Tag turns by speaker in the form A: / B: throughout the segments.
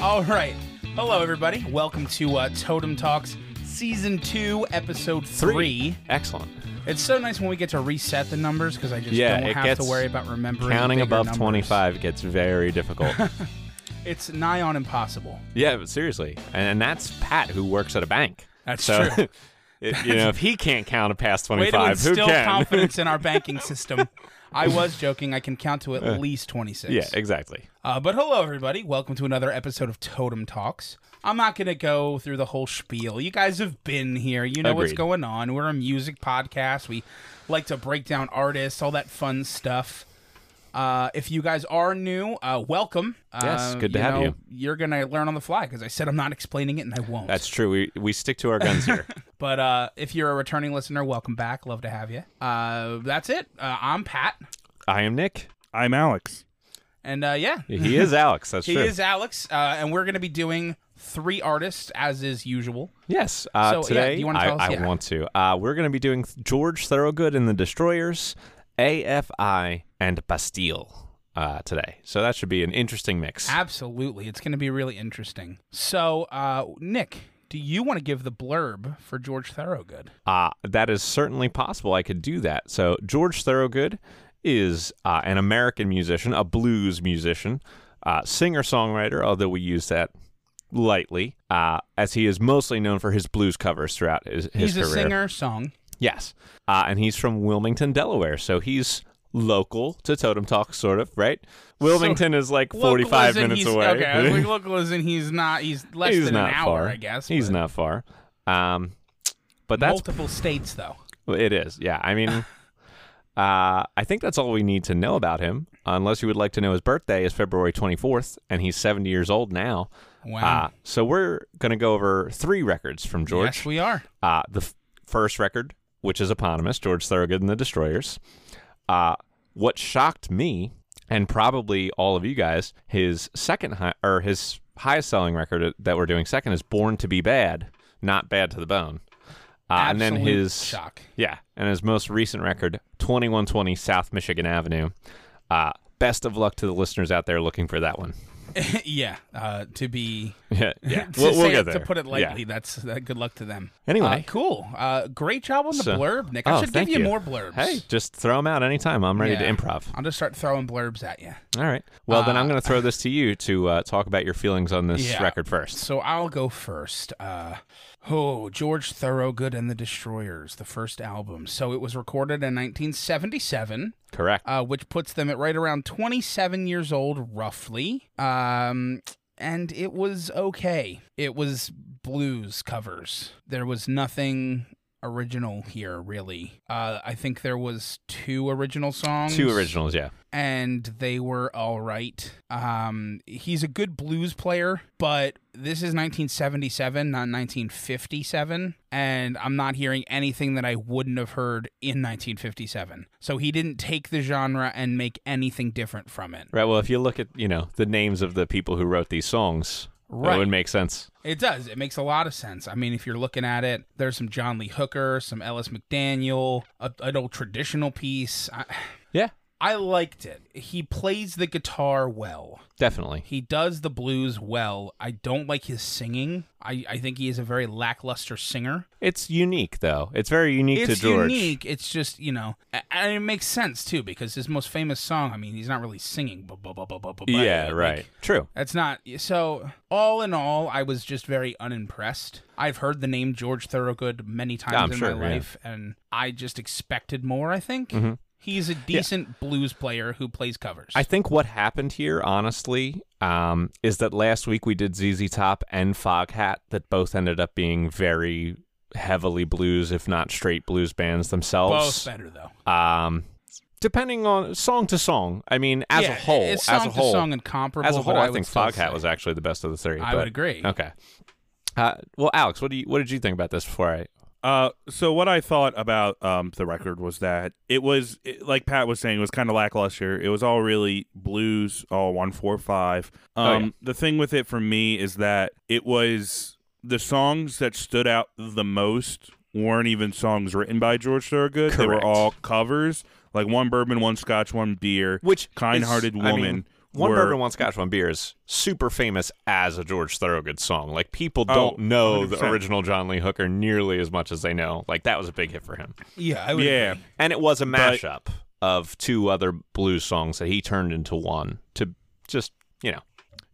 A: All right. Hello, everybody. Welcome to uh, Totem Talks Season 2, Episode 3.
B: Excellent.
A: It's so nice when we get to reset the numbers because I just
B: Yeah,
A: don't
B: it
A: have to
B: gets-
A: worry about remembering.
B: Counting
A: bigger
B: above
A: numbers.
B: 25 gets very difficult.
A: It's nigh on impossible.
B: yeah, but seriously. And, and that's Pat, who works at a bank.
A: That's
B: so,
A: true.
B: it- you know, if he can't count it past
A: Way to
B: 25, who
A: instill
B: can?
A: confidence in our banking system. I was joking. I can count to at least 26.
B: Uh. yeah, exactly.
A: Uh, but hello, everybody. Welcome to another episode of Totem Talks. I'm not going to go through the whole spiel. You guys have been here. You know what's
B: Agreed.
A: going on. We're a music podcast. We like to break down artists, all that fun stuff. Uh, if you guys are new, uh, welcome.
B: Yes,
A: Uh,
B: good to have
A: know,
B: you.
A: You're going to learn on the fly because I said I'm not explaining it and I won't.
B: That's true. We, we stick to our guns here.
A: but uh, if you're a returning listener, welcome back. Love to have you. Uh, that's it. Uh, I'm Pat.
B: I am Nick.
C: I'm Alex.
A: And uh, yeah,
B: He is Alex. That's
A: He
B: true.
A: is Alex, uh, and we're going to be doing three artists as is usual.
B: Yes. Uh,
A: So, yeah,
B: today,
A: do you wanna
B: I,
A: tell us?
B: I
A: Yeah.
B: want to. Uh, we're going to be doing th- George Thorogood and the Destroyers, AFI, and Bastille uh, today. So that should be an interesting mix.
A: Absolutely, it's going to be really interesting. So, uh, Nick, do you want to give the blurb for George Thorogood?
B: Uh, that is certainly possible. I could do that. So, George Thorogood is uh, an American musician, a blues musician, uh, singer songwriter, although we use that lightly, uh, as he is mostly known for his blues covers throughout his,
A: He's
B: his career.
A: a singer, song.
B: Yes. Uh, and he's from Wilmington, Delaware. So, he's local to Totem Talk, sort of, right? Wilmington is like 45
A: Local isn't
B: minutes
A: he's-
B: away.
A: Okay, I was like, local isn't he's not he's less
B: he's
A: than
B: not
A: an hour,
B: far.
A: I guess.
B: He's
A: but
B: not far. Um, but that's
A: multiple states though.
B: Well, It is, yeah. I mean, uh, I think that's all we need to know about him, unless you would like to know his birthday is February 24th, and he's 70 years old now.
A: Wow.
B: Uh, so we're going to go over three records from George.
A: Yes, we are.
B: uh, the f- first record, which is eponymous, George Thorogood and the Destroyers. Uh, what shocked me, and probably all of you guys, his second hi- or his highest selling record that we're doing second is Born to Be Bad, not Bad to the Bone. Uh, and then
A: Absolute
B: his
A: shock.
B: yeah, and his most recent record, 2120 South Michigan Avenue. Uh, best of luck to the listeners out there looking for that one.
A: yeah, uh, to be
B: Yeah, yeah.
A: to
B: we'll, we'll
A: say
B: get
A: it-
B: there.
A: To put it
B: Yeah.
A: lightly, that's uh, good luck to them.
B: Anyway.
A: uh, cool. Uh, great job on the
B: So-
A: blurb, Nick. I
B: Oh,
A: should give
B: thank
A: you,
B: you.
A: more blurbs.
B: Hey, just throw them out anytime. I'm ready
A: Yeah.
B: to improv.
A: I'll just start throwing blurbs at you.
B: All right. Well, then I'm going to throw this to you to uh, talk about your feelings on this
A: Yeah.
B: record first.
A: So I'll go first. Uh, oh, George Thorogood and the Destroyers, the first album. So it was recorded in 1977,
B: Correct.
A: uh, which puts them at right around 27 years old, roughly. Um, and it was okay. It was blues covers. There was nothing original here, really. Uh, I think there was two original songs.
B: Two originals, yeah.
A: and they were all right. Um, he's a good blues player, but this is 1977, not 1957, and I'm not hearing anything that I wouldn't have heard in 1957. So he didn't take the genre and make anything different from it.
B: Right. Well, if you look at you know the names of the people who wrote these songs,
A: Right.
B: it would make sense.
A: It does. It makes a lot of sense. I mean, if you're looking at it, there's some John Lee Hooker, some Ellis McDaniel, a, an old traditional piece. I,
B: Yeah,
A: I liked it. He plays the guitar well.
B: definitely.
A: He does the blues well. I don't like his singing. I, I think he is a very lackluster singer.
B: It's unique though. It's very unique
A: It's
B: to George.
A: unique. It's just, you know, a- and it makes sense too because his most famous song, I mean, he's not really singing. bu- bu- bu- bu- bu- bu- bu-
B: Yeah.
A: like,
B: Right. True.
A: That's not so. All in all, I was just very unimpressed. I've heard the name George Thorogood many times
B: I'm
A: in my
B: sure, yeah. Mm-hmm.
A: life, and I just expected more. I think he's a decent blues player who plays covers.
B: I think what happened here, honestly, um, is that last week we did ZZ Top and Foghat that both ended up being very heavily blues, if not straight blues bands
A: both
B: themselves.
A: better though.
B: Um, depending on song to song. I mean, as
A: yeah,
B: a whole,
A: it's
B: as
A: song
B: a whole,
A: to song incomparable.
B: as a whole,
A: but
B: I,
A: would
B: think
A: still say-
B: Foghat was actually the best of the three.
A: I
B: but-
A: would agree.
B: Okay. Uh, well, Alex, what do you what did you think about this before I?
C: Uh, so what I thought about um the record was that it was it- like Pat was saying, it was kind of lackluster. It was all really blues, all one four five. Um,
B: Oh, yeah.
C: the thing with it for me is that it was the songs that stood out the most weren't even songs written by George Thorogood. They were
B: Correct.
C: all covers, like one bourbon, one scotch, one beer,
B: Which is-
C: kind-hearted
B: I
C: woman.
B: mean, One
C: were-
B: Bourbon, One Scotch, One Beer is super famous as a George Thorogood song. Like people
C: Oh,
B: don't know the
C: 100%.
B: original John Lee Hooker nearly as much as they know. Like that was a big hit for him,
A: Yeah, I would
C: Yeah.
A: agree.
B: and it was a mashup of two other blues songs that he turned into one to just you know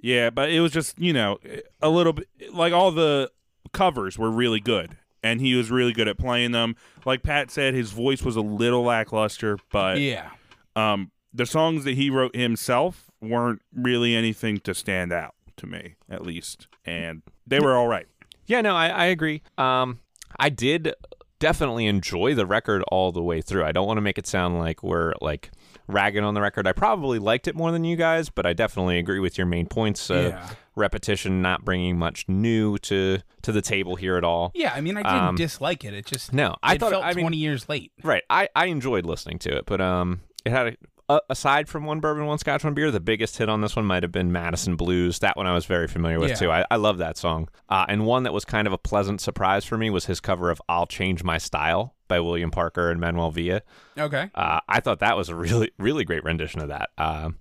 C: Yeah, but it was just you know a little bit like all the covers were really good, and he was really good at playing them. Like Pat said, his voice was a little lackluster, but
A: yeah.
C: um, the songs that he wrote himself weren't really anything to stand out to me, at least, and they were all right.
B: Yeah, no, I, I agree. Um, I did definitely enjoy the record all the way through. I don't want to make it sound like we're like ragging on the record. I probably liked it more than you guys, but I definitely agree with your main points. Uh,
A: Yeah.
B: Repetition not bringing much new to to the table here at all.
A: Yeah, I mean, I didn't
B: Um,
A: dislike it. It just
B: No, I
A: it
B: thought
A: felt
B: I mean,
A: twenty years late.
B: Right. I, I enjoyed listening to it, but um, it had a, a, aside from one bourbon, one scotch, one beer, the biggest hit on this one might have been Madison Blues. That one I was very familiar with
A: Yeah.
B: too. I, I love that song. Uh, and one that was kind of a pleasant surprise for me was his cover of "I'll Change My Style" by William Parker and Manuel Villa.
A: Okay.
B: Uh, I thought that was a really, really great rendition of that. Um,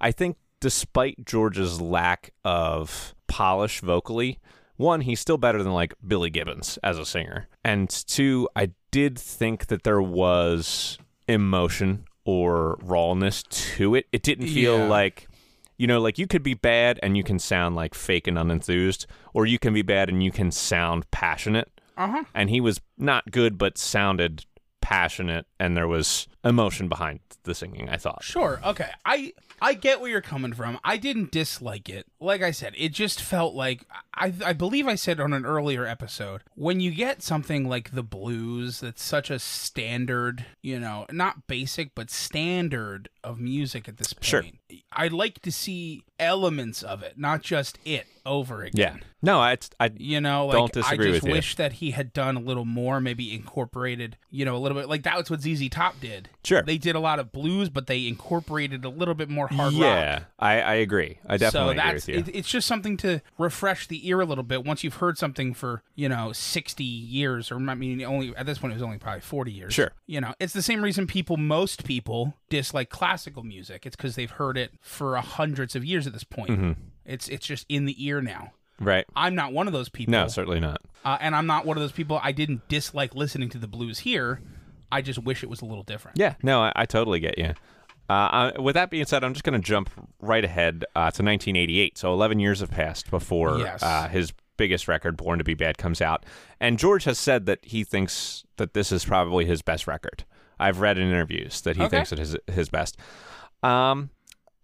B: I think, despite George's lack of polish vocally, one, he's still better than like Billy Gibbons as a singer, and two, I did think that there was emotion or rawness to it. It didn't feel
A: Yeah.
B: like. You know, like you could be bad and you can sound like fake and unenthused, or you can be bad and you can sound passionate
A: Uh huh.
B: and he was not good but sounded passionate and there was emotion behind the singing i thought
A: Sure. Okay. I I get where you're coming from. I didn't dislike it. Like I said, it just felt like I I believe I said on an earlier episode when you get something like the blues that's such a standard, you know, not basic but standard of music at this point.
B: Sure.
A: I'd like to see elements of it, not just it over again.
B: yeah no i i
A: You know, like
B: Don't disagree
A: I just
B: with you.
A: wish that he had done a little more, maybe incorporated, you know, a little bit like that was what ZZ Top did.
B: Sure.
A: They did a lot of blues, but they incorporated a little bit more hard rock.
B: yeah i i agree i definitely
A: so
B: agree
A: that's
B: with you
A: it, it's just something to refresh the ear a little bit once you've heard something for you know sixty years or I mean only at this point it was only probably forty years.
B: Sure.
A: you know it's the same reason people most people dislike classical music. It's because they've heard it for hundreds of years at this point.
B: Mm-hmm.
A: It's it's just in the ear now.
B: right
A: I'm not one of those people.
B: no certainly not
A: Uh, and I'm not one of those people. I didn't dislike listening to the blues here. I just wish it was a little different.
B: yeah no i, I totally get you uh, I, with that being said, I'm just going to jump right ahead uh, to 1988. So 11 years have passed before
A: Yes.
B: uh, his biggest record, "Born to Be Bad," comes out. And George has said that he thinks that this is probably his best record. I've read in interviews that he
A: Okay.
B: thinks it is his best. Um,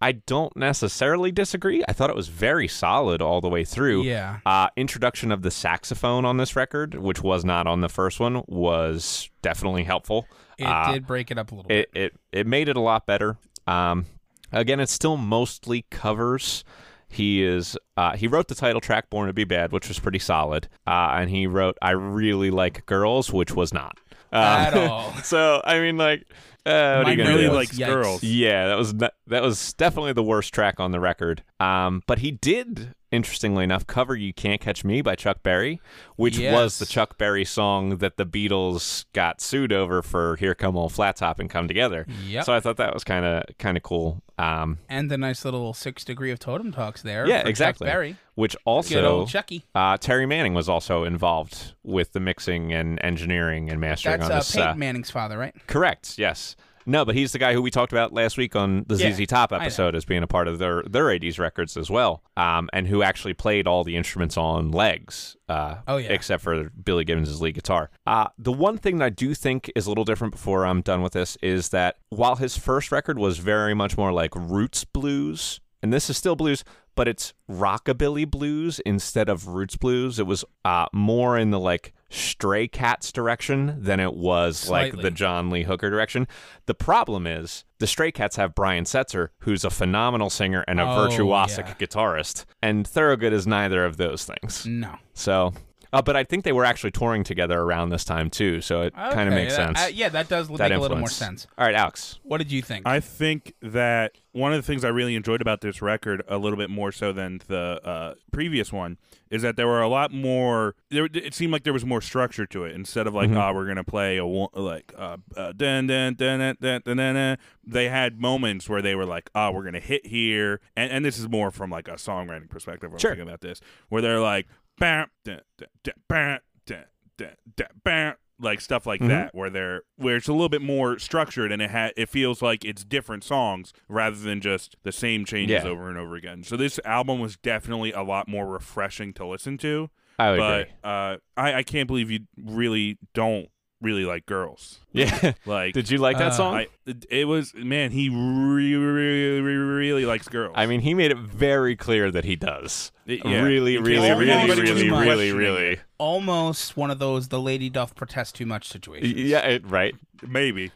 B: I don't necessarily disagree. I thought it was very solid all the way through.
A: Yeah.
B: Uh, introduction of the saxophone on this record, which was not on the first one, was definitely helpful.
A: It
B: Uh,
A: did break it up a little bit.
B: it, it it made it a lot better. Um, again, it's still mostly covers. He is uh, he wrote the title track "Born to Be Bad," which was pretty solid, uh, and he wrote "I Really Like Girls," which was not. Um,
A: At all.
B: so I mean, like, uh, what are you
C: Mine
B: gonna
C: really
B: do?
C: likes
A: Yikes.
C: girls.
B: Yeah, that was not, that was definitely the worst track on the record. Um, but he did, interestingly enough, cover "You Can't Catch Me" by Chuck Berry, which
A: Yes.
B: was the Chuck Berry song that the Beatles got sued over for "Here Come Old Flat Top" and "Come Together."
A: Yep.
B: So I thought that was kind of kind of cool. Um,
A: and the nice little six degree of totem talks there.
B: yeah,
A: for Chuck
B: exactly.
A: Berry.
B: Which
A: Good
B: also
A: old Chucky.
B: uh, Terry Manning was also involved with the mixing and engineering and mastering
A: That's
B: on
A: uh,
B: this. uh,
A: Peyton Manning's father, right?
B: Correct. Yes. No, but he's the guy who we talked about last week on the
A: Yeah,
B: ZZ Top
A: I know.
B: episode as being a part of their their '80s records as well, um, and who actually played all the instruments on legs. Uh,
A: Oh, yeah.
B: Except for Billy Gibbons' lead guitar. Uh, the one thing that I do think is a little different before I'm done with this is that while his first record was very much more like roots blues, and this is still blues, but it's rockabilly blues instead of roots blues. It was uh, more in the like stray cats direction than it was like
A: Slightly.
B: the John Lee Hooker direction. The problem is the Stray Cats have Brian Setzer, who's a phenomenal singer and a
A: Oh,
B: virtuosic
A: yeah. Mm.
B: guitarist, and Thoroughgood is neither of those things.
A: No.
B: So Uh, but I think they were actually touring together around this time too, so it kind of
A: Okay,
B: makes
A: that-
B: sense.
A: uh, yeah, that does
B: that
A: make a little more
B: influence.
A: sense.
B: All right, Alex.
A: What did you think?
C: I think that one of the things I really enjoyed about this record, a little bit more so than the uh, previous one, is that there were a lot more. There, it seemed like there was more structure to it instead of like, ah, we're gonna play a one- like, uh, uh, dun dun dun dun dun dun. dun, dun. They had moments where they were like, ah, we're gonna hit here, and and this is more from like a songwriting perspective. When
B: Sure.
C: I'm thinking about this, where they're like, bam, dun, dun, dun, bam, dun, dun, dun, bam, like stuff like
B: Mm-hmm.
C: that where they're where it's a little bit more structured and it ha- it feels like it's different songs rather than just the same changes
B: Yeah.
C: over and over again. So this album was definitely a lot more refreshing to listen to.
B: I would
C: but
B: agree.
C: uh, I I can't believe you really don't really like girls.
B: Yeah.
C: Like
B: Did you like that
A: Uh,
B: song?
C: I, it was man he really really really likes girls.
B: I mean, he made it very clear that he does.
C: It- yeah.
B: Really,
C: In
B: really,
C: case
B: really,
C: anybody was
B: really, really,
C: questioning
B: really.
A: Almost one of those the lady doth protest too much situations.
B: Yeah, it, right.
C: it, maybe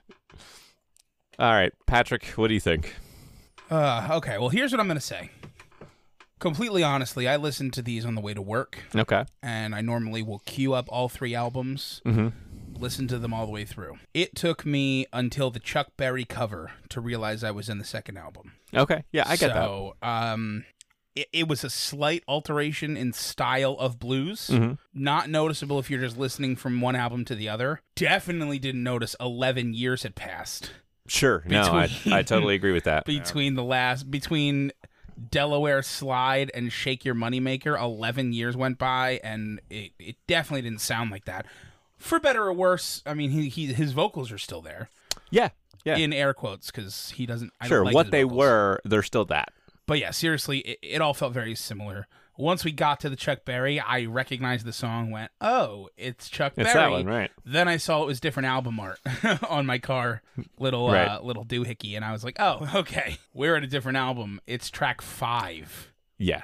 B: All right, Patrick, what do you think?
A: Uh, okay, well, here's what I'm going to say. Completely honestly, I listen to these on the way to work,
B: Okay.
A: and I normally will queue up all three albums,
B: Mhm.
A: listen to them all the way through. It took me until the Chuck Berry cover to realize I was in the second album.
B: Okay. Yeah, I get that.
A: so, um, it, it was a slight alteration in style of blues.
B: Mhm.
A: Not noticeable if you're just listening from one album to the other. Definitely didn't notice 11 years had passed
B: Sure. No, I, I totally agree with that.
A: between the last between Delaware Slide and Shake Your Moneymaker, eleven years went by, and it, it definitely didn't sound like that. For better or worse, I mean, he, he his vocals are still there
B: Yeah. Yeah.
A: in air quotes because he doesn't. I
B: sure.
A: don't like
B: what
A: his
B: they
A: vocals.
B: were, they're still that.
A: but yeah, seriously, it, it all felt very similar. Once we got to the Chuck Berry, I recognized the song. Went, oh, it's Chuck
B: It's
A: Berry.
B: that one, right?
A: Then I saw it was different album art on my car, little uh,
B: Right.
A: little doohickey, and I was like, "Oh, okay, we're at a different album. It's track five.
B: Yeah.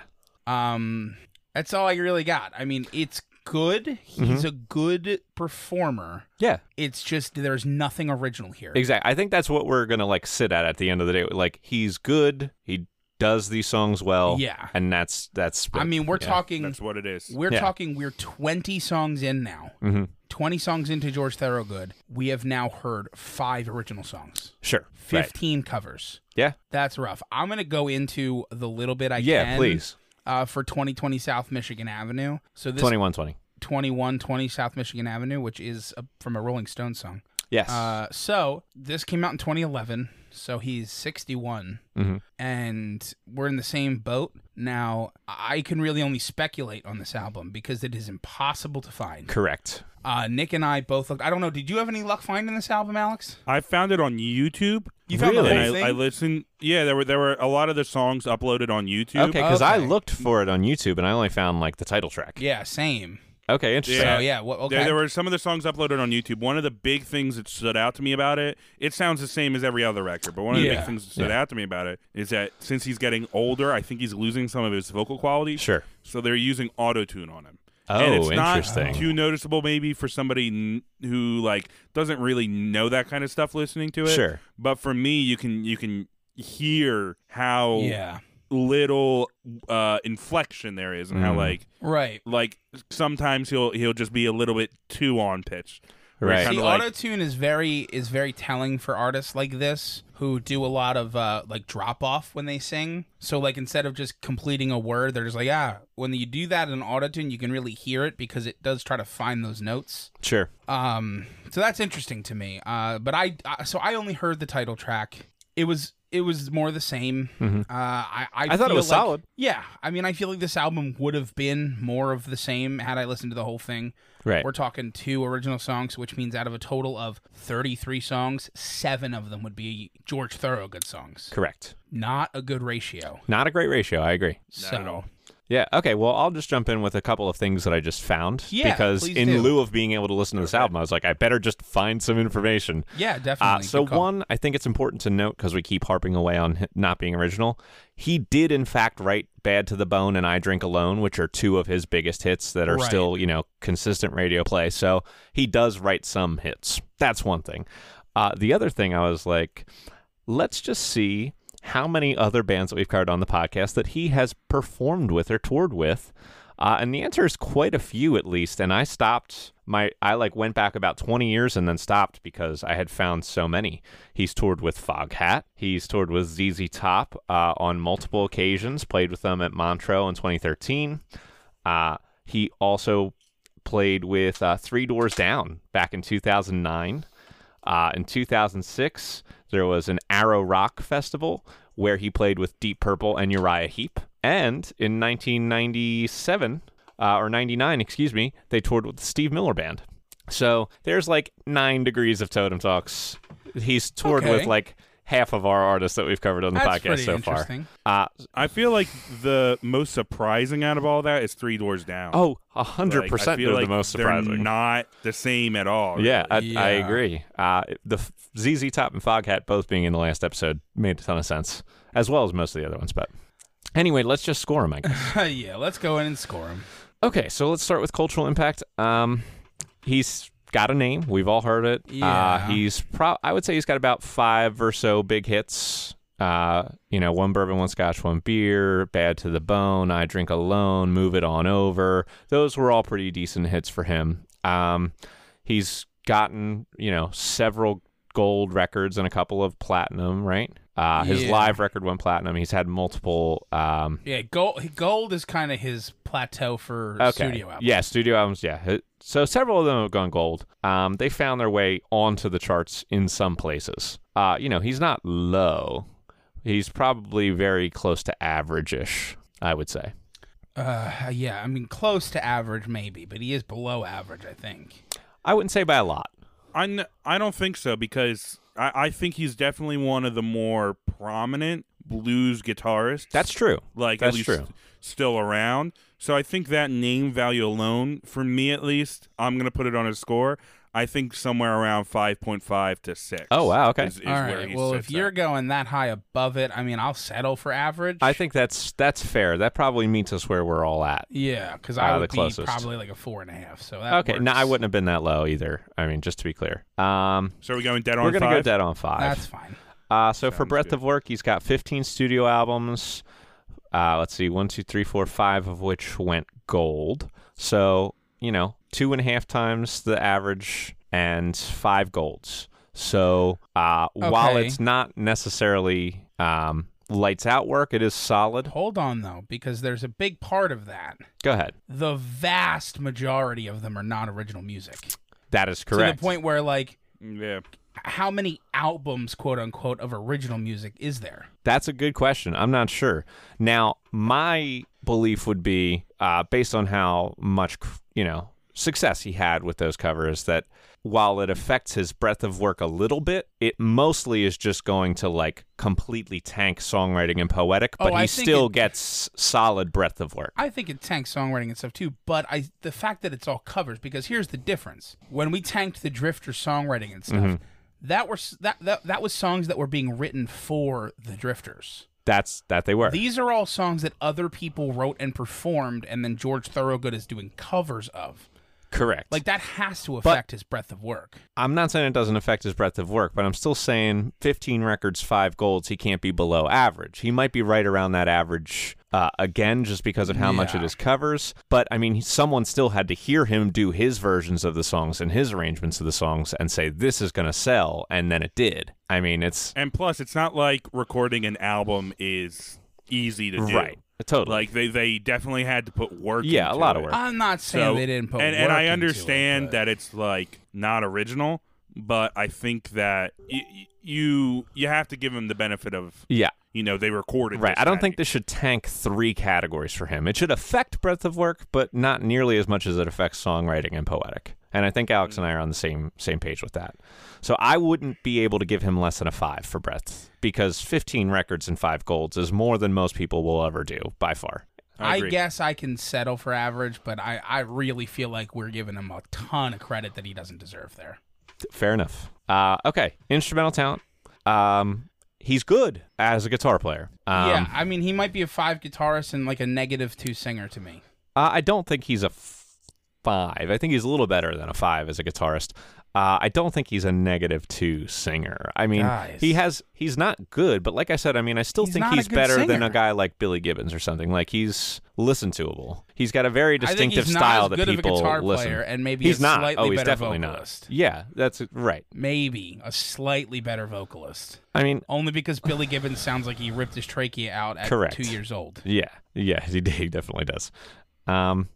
A: Um, that's all I really got. I mean, it's good.
B: Mm-hmm.
A: He's a good performer.
B: Yeah.
A: It's just there's nothing original here.
B: Exactly. I think that's what we're gonna like sit at at the end of the day. Like he's good. He does these songs well.
A: Yeah.
B: And that's that's.
A: I mean, we're
B: yeah.
A: talking,
C: that's what it is.
A: we're
B: Yeah.
A: talking, we're twenty songs in now.
B: Mhm.
A: Twenty songs into George Thorogood, we have now heard five original songs,
B: Sure. Right.
A: fifteen covers.
B: Yeah.
A: That's rough. I'm gonna go into the little bit I
B: Yeah.
A: can.
B: Please.
A: uh, for 2020 South Michigan Avenue. So this
B: Twenty one twenty.
A: 2120 South Michigan Avenue, which is uh from a Rolling Stone song.
B: Yes.
A: Uh, so this came out in 2011. So he's 61,
B: Mhm.
A: and we're in the same boat now. I can really only speculate on this album because it is impossible to find.
B: Correct.
A: Uh, Nick and I both looked. I don't know. Did you have any luck finding this album, Alex?
C: I found it on YouTube.
A: You found
B: Really?
A: the
C: And
A: whole thing.
C: I, I listened. Yeah, there were there were a lot of the songs uploaded on YouTube.
B: Okay, because I
A: Okay.
B: looked for it on YouTube and I only found like the title track.
A: yeah, same.
B: Okay, interesting.
C: Yeah.
A: So yeah, what? Okay.
C: There, there were some of the songs uploaded on YouTube. One of the big things that stood out to me about it, it sounds the same as every other record, but one of the
A: Yeah.
C: big things that stood out to me about it is that since he's getting older, I think he's losing some of his vocal quality.
B: Sure.
C: So they're using auto tune on him.
B: Oh,
C: and it's
B: interesting.
C: Not too noticeable, maybe for somebody n- who like doesn't really know that kind of stuff listening to it.
B: Sure.
C: But for me, you can you can hear how
A: yeah.
C: little uh inflection there is and how
B: Mm.
C: like
A: Right.
C: like sometimes he'll he'll just be a little bit too on pitch. Where it's
B: Right.
A: See,
C: kinda like-
A: auto tune is very is very telling for artists like this who do a lot of uh, like drop off when they sing. So like instead of just completing a word, they're just like ah. When you do that in auto tune, you can really hear it because it does try to find those notes.
B: Sure.
A: Um, so that's interesting to me. Uh, but I uh, so I only heard the title track. It was it was more the same.
B: Mhm.
A: Uh, I I,
B: I thought it
A: feel
B: was
A: like-
B: solid.
A: Yeah, I mean, I feel like this album would have been more of the same had I listened to the whole thing.
B: Right.
A: We're talking two original songs, which means out of a total of 33 songs, seven of them would be George Thorogood songs.
B: Correct.
A: Not a good ratio.
B: Not a great ratio. I agree.
A: so,
C: at all.
B: Yeah. Okay. Well, I'll just jump in with a couple of things that I just found.
A: Yeah,
B: Because
A: please
B: in
A: do.
B: lieu of being able to listen to this album, I was like, I better just find some information.
A: Yeah,
B: Uh,
A: definitely.
B: so
A: Good call.
B: one, I think it's important to note because we keep harping away on hi- not being original. He did, in fact, write "Bad to the Bone" and "I Drink Alone," which are two of his biggest hits that are
A: Right.
B: still, you know, consistent radio play. So he does write some hits. That's one thing. Uh, the other thing I was like, let's just see how many other bands that we've covered on the podcast that he has performed with or toured with. Uh, and the answer is quite a few, at least. And I stopped my, I like went back about 20 years and then stopped because I had found so many. He's toured with Foghat. He's toured with ZZ Top uh, on multiple occasions, played with them at Montreux in 2013. Uh, he also played with uh, Three Doors Down back in 2009. Uh, in 2006, there was an Arrow Rock Festival where he played with Deep Purple and Uriah Heep. And in 1997, uh, or 99, excuse me, they toured with the Steve Miller Band. So there's like nine degrees of Totem Talks. He's toured
A: Okay.
B: with like half of our artists that we've covered on the
A: That's
B: podcast
A: pretty
B: so far.
A: interesting.
B: Uh,
C: I feel like the most surprising out of all that is Three Doors Down.
B: oh, 100%
C: Like, I
B: they're
C: feel
B: the
C: like
B: most surprising.
C: They're not the same at all.
B: Yeah, I,
A: Yeah.
B: I agree. Uh, the f- ZZ Top and Foghat both being in the last episode made a ton of sense, as well as most of the other ones. But anyway, let's just score them, I guess.
A: yeah, let's go in and score him.
B: okay, so let's start with cultural impact. Um, he's got a name. We've all heard it. Uh,
A: Yeah.
B: he's pro- I would say he's got about five or so big hits. Uh, you know, one bourbon, one scotch, one beer, bad to the bone, I drink alone, move it on over. Those were all pretty decent hits for him. Um, he's gotten, you know, several gold records and a couple of platinum, right? Uh, his
A: Yeah.
B: live record went platinum. He's had multiple, um,
A: Yeah, gold. Gold is kind of his plateau for studio albums.
B: yeah, studio albums. Yeah. So several of them have gone gold. Um, they found their way onto the charts in some places. Uh, you know, he's not low. He's probably very close to average-ish, I would say.
A: Uh, yeah, I mean, close to average maybe, but he is below average, I think.
B: I wouldn't say by a lot.
C: I, n- I don't think so because I, I think he's definitely one of the more prominent blues guitarists.
B: That's true.
C: like
B: That's
C: at least
B: true.
C: still around. So I think that name value alone, for me at least, I'm gonna put it on a score. I think somewhere around five point five to six.
B: Oh, wow, okay.
C: Is, is
A: All
C: where
A: right.
C: he
A: Well,
C: sits
A: if you're
C: at.
A: going that high above it, I mean, I'll settle for average.
B: I think that's that's fair. That probably meets us where we're all at.
A: Yeah, because
B: Uh,
A: I
B: the
A: would be
B: closest.
A: probably like a four and a half. So that
B: Okay. No,
A: works.
B: I wouldn't have been that low either. I mean, just to be clear. Um,
C: so are we going dead on
B: we're gonna go
C: five?
B: dead on five.
A: That's fine.
B: Uh, so for
C: Sounds
B: breadth
C: good.
B: of work, he's got 15 studio albums. Uh, let's see, one, two, three, four, five of which went gold. So you know, two and a half times the average, and five golds. So uh, while
A: Okay.
B: it's not necessarily um, lights out work, it is solid.
A: Hold on though, because there's a big part of that.
B: Go ahead.
A: The vast majority of them are not original music.
B: That is
A: To
B: correct.
A: the point where, like,
C: Mm, Yeah.
A: how many albums, quote unquote, of original music is there?
B: That's a good question. I'm not sure. Now, my belief would be, uh, based on how much you know success he had with those covers, that while it affects his breadth of work a little bit, it mostly is just going to like completely tank songwriting and poetic. But
A: Oh, I
B: he
A: think
B: still
A: it-
B: gets solid breadth of work.
A: I think it tanks songwriting and stuff too, but I the fact that it's all covers because here's the difference. When we tanked the Drifter songwriting and stuff, that were s- that, that that was songs that were being written for the Drifters.
B: That's that they were.
A: These are all songs that other people wrote and performed, and then George Thorogood is doing covers of.
B: Correct.
A: Like that has to affect his breadth of work.
B: I'm not saying it doesn't affect his breadth of work, but I'm still saying 15 records, five golds, he can't be below average. He might be right around that average uh, again, just because of how much it
A: Yeah.
B: is covers. But I mean, he- someone still had to hear him do his versions of the songs and his arrangements of the songs and say, this is going to sell. And then it did. I mean, it's
C: And plus, it's not like recording an album is easy to do.
B: right. Totally.
C: Like they they definitely had to put work.
B: Yeah, a
C: into
B: lot of
C: it.
B: work.
A: I'm not saying
C: So
A: they didn't put
C: and, and
A: work
C: I
A: into it,
C: understand
A: but-
C: that it's like not original, but I think that y- y- you you have to give him the benefit of
B: yeah.
C: you know they recorded
B: Right.
C: this
B: I don't
C: at
B: think this should tank three categories for him. It should affect breadth of work, but not nearly as much as it affects songwriting and poetic. And I think Alex and I are on the same same page with that. So I wouldn't be able to give him less than a five for breadth because 15 records and five golds is more than most people will ever do by far.
C: I
A: I,
C: agree.
A: guess I can settle for average, but I, I really feel like we're giving him a ton of credit that he doesn't deserve there.
B: Fair enough. Uh, okay, instrumental talent. Um, he's good as a guitar player. Um,
A: yeah, I mean, he might be a five guitarist and like a negative two singer to me.
B: Uh, I don't think he's a f- five. I think he's a little better than a five as a guitarist. Uh, I don't think he's a negative two singer. I mean,
A: Guys.
B: he has he's not good, but like I said, I mean, I still
A: He's
B: think
A: not a
B: he's
A: good
B: better than
A: singer.
B: a guy like Billy Gibbons or something. Like he's listen toable. He's got a very
A: I think
B: distinctive
A: he's
B: style
A: not as
B: that
A: good of a
B: people
A: guitar
B: listen.
A: player and maybe
B: he's
A: a
B: not.
A: slightly
B: oh, he's
A: better
B: definitely
A: vocalist.
B: not. Yeah, that's right.
A: Maybe a slightly better vocalist.
B: I mean,
A: Only because Billy Gibbons sounds like he ripped his trachea out at
B: Correct.
A: two years old.
B: Yeah, yeah, he, he definitely does. Um,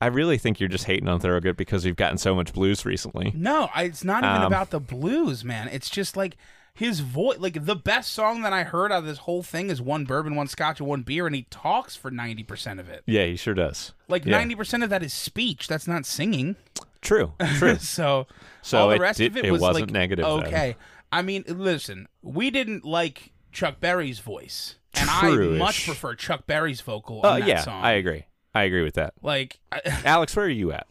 B: I really think you're just hating on Thorogood because we've gotten so much blues recently.
A: No, I, it's not even
B: Um,
A: about the blues, man. It's just like his voice. Like the best song that I heard out of this whole thing is one bourbon, one scotch, and one beer, and he talks for ninety percent of it.
B: Yeah, he sure does.
A: Like
B: Yeah.
A: ninety percent of that is speech. That's not singing.
B: True, true.
A: so,
B: So
A: all the
B: it
A: rest
B: did-
A: of it,
B: it
A: was
B: wasn't
A: like,
B: negative then.
A: Okay, I mean, listen, we didn't like Chuck Berry's voice, and I much
B: True-ish.
A: prefer Chuck Berry's vocal
B: Oh
A: on that
B: yeah,
A: song.
B: I agree. I agree with that.
A: like, I,
B: Alex, where are you at?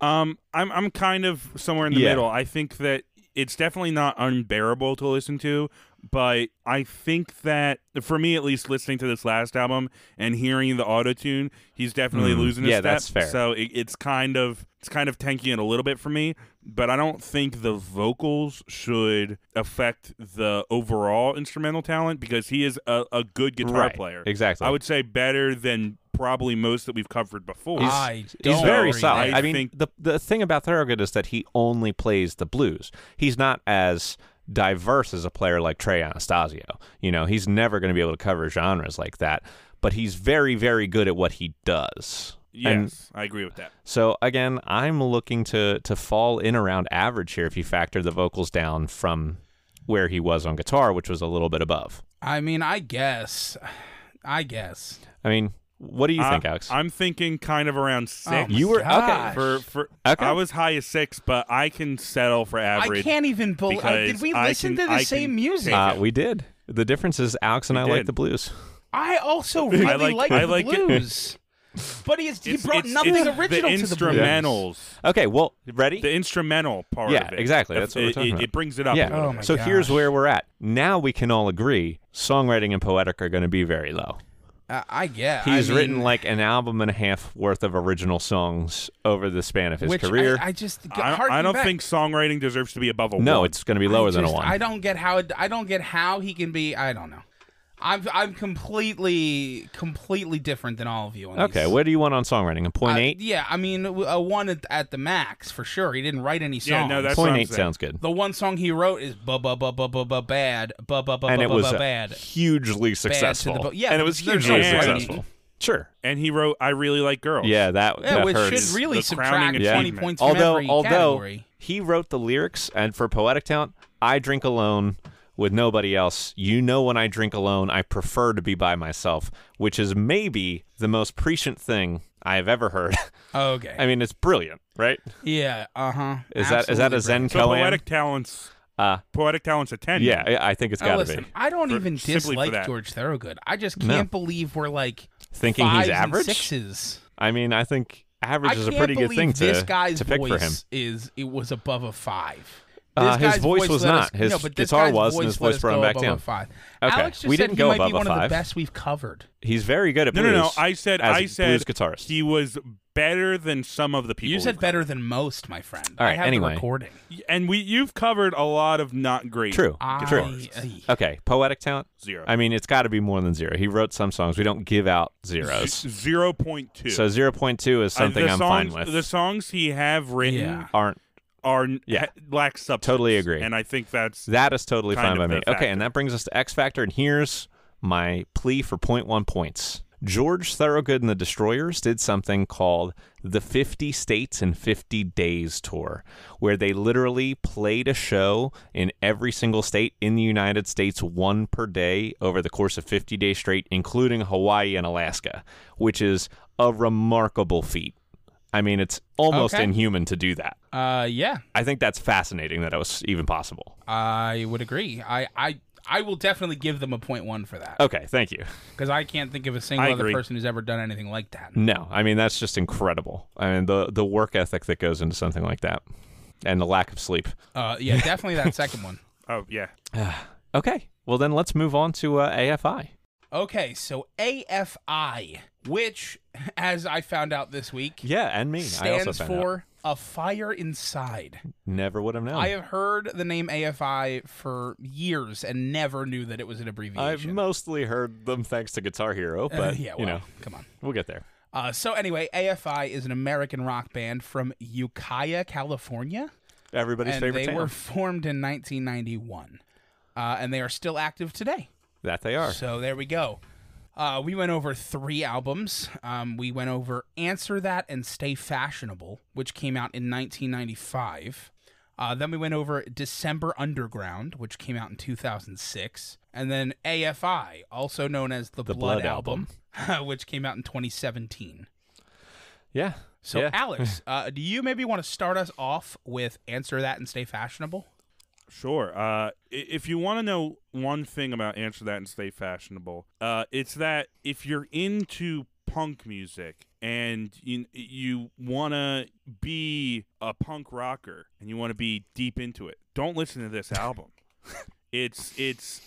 C: Um, I'm I'm kind of somewhere in the
B: Yeah.
C: middle. I think that it's definitely not unbearable to listen to, but I think that for me at least, listening to this last album and hearing the auto tune, he's definitely
B: Mm.
C: losing. A
B: Yeah,
C: step,
B: that's fair.
C: So it, it's kind of it's kind of tanking it a little bit for me, but I don't think the vocals should affect the overall instrumental talent because he is a, a good guitar
B: right,
C: player.
B: Exactly.
C: I would say better than probably most that we've covered before.
B: He's-
A: I don't
B: He's very
A: agree
B: solid.
A: there.
B: I
C: I
B: mean,
C: think-
B: the the thing about Thorogood is that he only plays the blues. He's not as diverse as a player like Trey Anastasio. You know, he's never going to be able to cover genres like that. But he's very, very good at what he does.
C: yes,
B: And
C: I agree with that.
B: So again, I'm looking to to fall in around average here if you factor the vocals down from where he was on guitar, which was a little bit above.
A: I mean, I guess, I guess.
B: I mean, what do you
C: I-
B: think, Alex?
C: I'm thinking kind of around six.
A: Oh my
B: You were- okay,
A: gosh.
C: for for
B: Okay.
C: I was high as six, but I can settle for
A: I
C: average.
A: can't even believe. Did
C: because
A: we
C: I
A: listen to
C: can-
A: the
C: I can
A: same
C: take
A: music?
B: uh, we did. The difference is Alex and I like
C: did.
B: the blues.
A: I also really like,
C: like- I
A: the
C: like it.
A: blues. but he, is, he
C: It's-
A: brought
C: it's-
A: nothing
C: it's
A: original
C: the
A: to the blues.
C: instrumentals.
B: Okay, well, ready?
C: The instrumental part
B: Yeah,
C: of it.
B: exactly. That's what
C: it,
B: we're talking
C: it,
B: about.
C: it brings it up.
B: yeah.
C: A little
A: Oh my
B: so here's
A: gosh.
B: where we're at. Now we can all agree songwriting and poetic are going to be very low.
A: Uh, I guess
B: He's
A: I mean,
B: written like an album and a half worth of original songs over the span of his
A: which
B: career.
A: I, I just
C: bit. I don't, I
A: harken
C: don't
A: back.
C: think songwriting deserves to be above a
B: no,
C: one.
B: it's going to be lower
A: I
B: than a
A: just-
B: one.
A: I don't get how it, I don't get how he can be. I don't know. I'm I'm completely completely different than all of you. On
B: okay,
A: these.
B: what do you want on songwriting? A point
A: I-
B: eight?
A: yeah, I mean a one at, at the max for sure. He didn't write any songs.
C: Yeah, no, that's what
B: Point
C: I'm
B: eight
C: saying.
B: sounds good.
A: the one song he wrote is ba ba ba ba ba ba bad ba ba ba
B: and
A: ba
B: it was
A: ba
B: a
A: bad.
B: hugely
A: Bad to
B: successful.
A: the bo- yeah,
B: and it was
A: there's no
B: hugely
C: writing.
B: successful. Sure.
C: and he wrote "I really like girls."
B: Yeah, that,
A: Yeah,
B: that
A: which
B: hurts.
A: should really
C: the crowning
A: subtract
C: achievement.
A: twenty points from
B: although,
A: every
B: although
A: category.
B: he wrote the lyrics, and for poetic talent, I drink alone with nobody else. You know, when I drink alone, I prefer to be by myself, which is maybe the most prescient thing I have ever heard.
A: Okay.
B: I mean, it's brilliant, right?
A: yeah. Uh huh.
B: Is that is that a Zen
C: So
B: koan?
C: poetic talents.
B: Uh,
C: Poetic talents at ten.
B: yeah, I I think it's
A: Now,
B: got to
A: listen,
B: be.
A: I don't
C: For-
A: even
C: simply for
A: dislike
C: that.
A: George Thorogood. I just
B: No.
A: can't believe we're like
B: Thinking
A: fives
B: he's average.
A: and sixes.
B: I mean, I think average
A: I
B: is
A: can't
B: a pretty good
A: believe
B: thing to
A: this guy's
B: to pick
A: voice
B: for him.
A: is it was above a five. This
B: Uh, his
A: guy's
B: voice was
A: let
B: not.
A: us-
B: His
A: no, but this
B: guitar
A: guy's
B: was, and
A: voice
B: his
A: let
B: voice
A: us
B: brought him
A: go
B: back
A: above
B: down.
A: a Five.
B: Okay,
A: Alex just
B: we
A: said
B: didn't
A: he
B: go
A: might
B: above
A: be
B: a
A: one of
B: five.
A: the best we've covered.
B: He's very good at
C: No, no,
B: blues.
C: no. I said.
B: as
C: I
B: a
C: said.
B: blues guitarist.
C: He was better than some of the people.
A: You
C: we
A: said better than most, my friend.
B: All right,
A: I have
B: anyway.
A: the recording.
C: and we you've covered a lot of not great.
B: True.
A: I,
B: True.
A: uh,
B: Okay, poetic talent.
C: Zero.
B: I mean, it's got to be more than zero. He wrote some songs. We don't give out zeros.
C: Zero point two.
B: So 0.2 is something
C: Uh, the
B: I'm
C: songs,
B: fine with.
C: The songs he have written
A: Yeah.
B: Aren't
C: are n-
B: Yeah.
C: ha- lack substance.
B: Totally agree.
C: And I think that's
B: that is totally
C: Kind
B: fine by
C: of
B: me.
C: the
B: Okay, and that brings us to X Factor and here's my plea for point 0.1 points. George Thorogood and the Destroyers did something called the 50 States in 50 Days Tour, where they literally played a show in every single state in the United States, one per day over the course of 50 days straight, including Hawaii and Alaska, which is a remarkable feat. I mean, it's almost
A: Okay.
B: inhuman to do that.
A: uh, yeah,
B: I think that's fascinating that it was even possible.
A: I would agree. I, I, I will definitely give them a point one for that
B: Okay, thank you.
A: because I can't think of a single
C: I
A: other
C: agree.
A: person who's ever done anything like that.
B: No, I mean that's just incredible. I mean the the work ethic that goes into something like that, and the lack of sleep.
A: Uh, yeah, definitely that second one.
C: oh yeah.
B: Okay, well then let's move on to uh, AFI.
A: Okay, so AFI, which as I found out this week,
B: Yeah, and me. I also
A: stands
B: found out. Hmm.
A: for a fire inside.
B: Never would have known.
A: I have heard the name AFI for years and never knew that it was an
B: I've
A: abbreviation.
B: mostly heard them thanks to Guitar Hero, but
A: Uh, yeah, well,
B: you know,
A: come on.
B: we'll get there.
A: Uh, so anyway, AFI is an American rock band from Ukiah, California,
B: Everybody's
A: and
B: favorite
A: they
B: town.
A: were formed in 1991, uh, and they are still active today.
B: that they are.
A: So there we go. Uh, we went over three albums. Um, we went over Answer That and Stay Fashionable, which came out in 1995. Uh, then we went over December Underground, which came out in 2006. And then AFI, also known as the, Blood,
B: Blood
A: album, which came out in 2017.
B: Yeah.
A: So,
B: yeah.
A: Alex, uh, do you maybe want to start us off with Answer That and Stay Fashionable?
C: Sure. Uh, i- if you want to know one thing about Answer That and Stay Fashionable, uh, it's that if you're into punk music and you, you want to be a punk rocker and you want to be deep into it, don't listen to this album. It's it's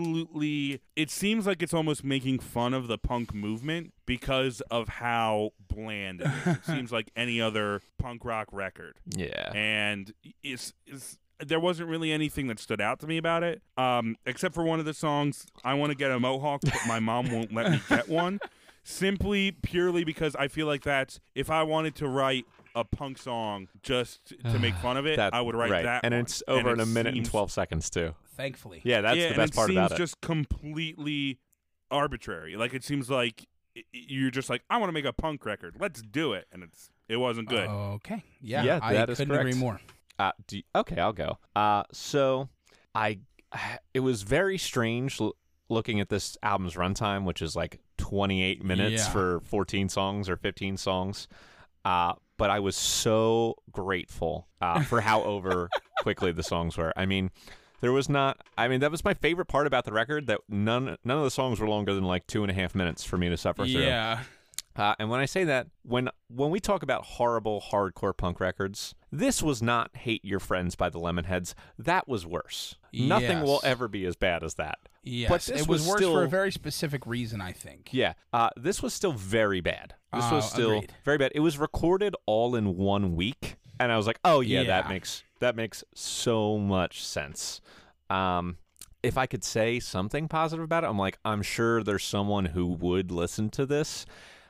C: absolutely it seems like it's almost making fun of the punk movement because of how bland it is. It seems like any other punk rock record
B: yeah.
C: and it's, it's there wasn't really anything that stood out to me about it, um, except for one of the songs. I want to get a mohawk, but my mom won't let me get one. Simply, purely because I feel like that's if I wanted to write a punk song just to make fun of it,
B: That-
C: I would write
B: right.
C: that.
B: And
C: one.
B: it's over
C: And
B: in a
C: it
B: minute and
C: seems-
B: 12 seconds, too.
A: Thankfully.
B: Yeah, that's
C: yeah,
B: the
C: and
B: best
C: it
B: part
C: seems
B: about it.
C: just completely arbitrary. Like it seems like i- you're just like I want to make a punk record. Let's do it, and it's it wasn't good.
B: Oh.
A: Okay. Yeah,
B: Yeah,
A: I
B: that is
A: couldn't agree
B: correct.
A: more.
B: Uh, do you- okay, I'll go. Uh, so I, it was very strange l- looking at this album's runtime, which is like 28 minutes
A: Yeah.
B: for 14 songs or 15 songs. Uh, but I was so grateful uh, for how over quickly the songs were. I mean, there was not. I mean, that was my favorite part about the record. That none none of the songs were longer than like two and a half minutes for me to suffer through.
A: Yeah.
B: Uh, and when I say that, when when we talk about horrible hardcore punk records, this was not "Hate Your Friends" by the Lemonheads. That was worse. Nothing
A: Yes.
B: will ever be as bad as that.
A: Yes,
B: but this
A: it was, worse for a
B: still-
A: very specific reason, I think.
B: Yeah, uh, this was still very bad. This
A: Oh,
B: was still
A: agreed.
B: very bad. It was recorded all in one week, and I was like, "Oh yeah,
A: Yeah.
B: that makes that makes so much sense." Um, if I could say something positive about it, I'm like, I'm sure there's someone who would listen to this.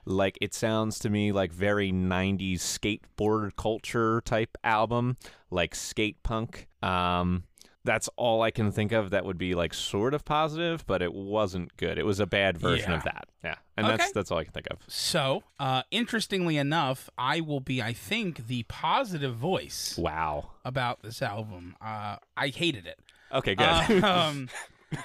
B: Like, it sounds to me like very '90s skateboard culture type album, like skate punk. Um, that's all I can think of that would be like sort of positive, but it wasn't good. It was a bad version
A: Yeah.
B: of that. Yeah, and
A: Okay.
B: that's that's all I can think of.
A: So, uh, interestingly enough, I will be, I think, the positive voice
B: Wow.
A: about this album. Uh, I hated it.
B: Okay, good.
A: Um,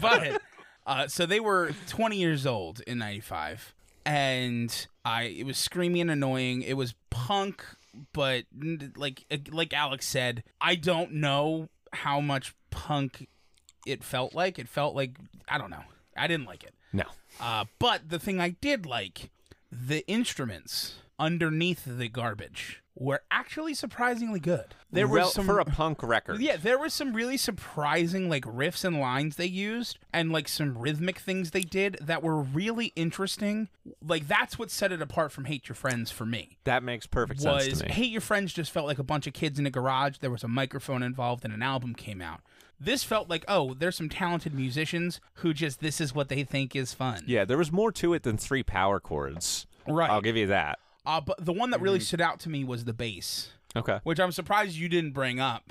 A: but uh, so they were 20 years old in 95 and I it was screaming and annoying. It was punk but n- like like Alex said, I don't know how much punk it felt like. It felt like I don't know. I didn't like it.
B: no.
A: Uh, but the thing I did like, the instruments underneath the garbage were actually surprisingly good. There were
B: Rel-
A: some
B: for a punk record.
A: yeah, there were some really surprising like riffs and lines they used and like some rhythmic things they did that were really interesting. Like that's what set it apart from Hate Your Friends for me.
B: That makes perfect sense
A: Was
B: to me.
A: Hate Your Friends just felt like a bunch of kids in a garage, there was a microphone involved and an album came out. This felt like, oh, there's some talented musicians who just this is what they think is fun.
B: Yeah, there was more to it than three power chords.
A: Right.
B: I'll give you that.
A: Uh, but the one that
B: Mm-hmm.
A: really stood out to me was the bass,
B: Okay.
A: which I'm surprised you didn't bring up.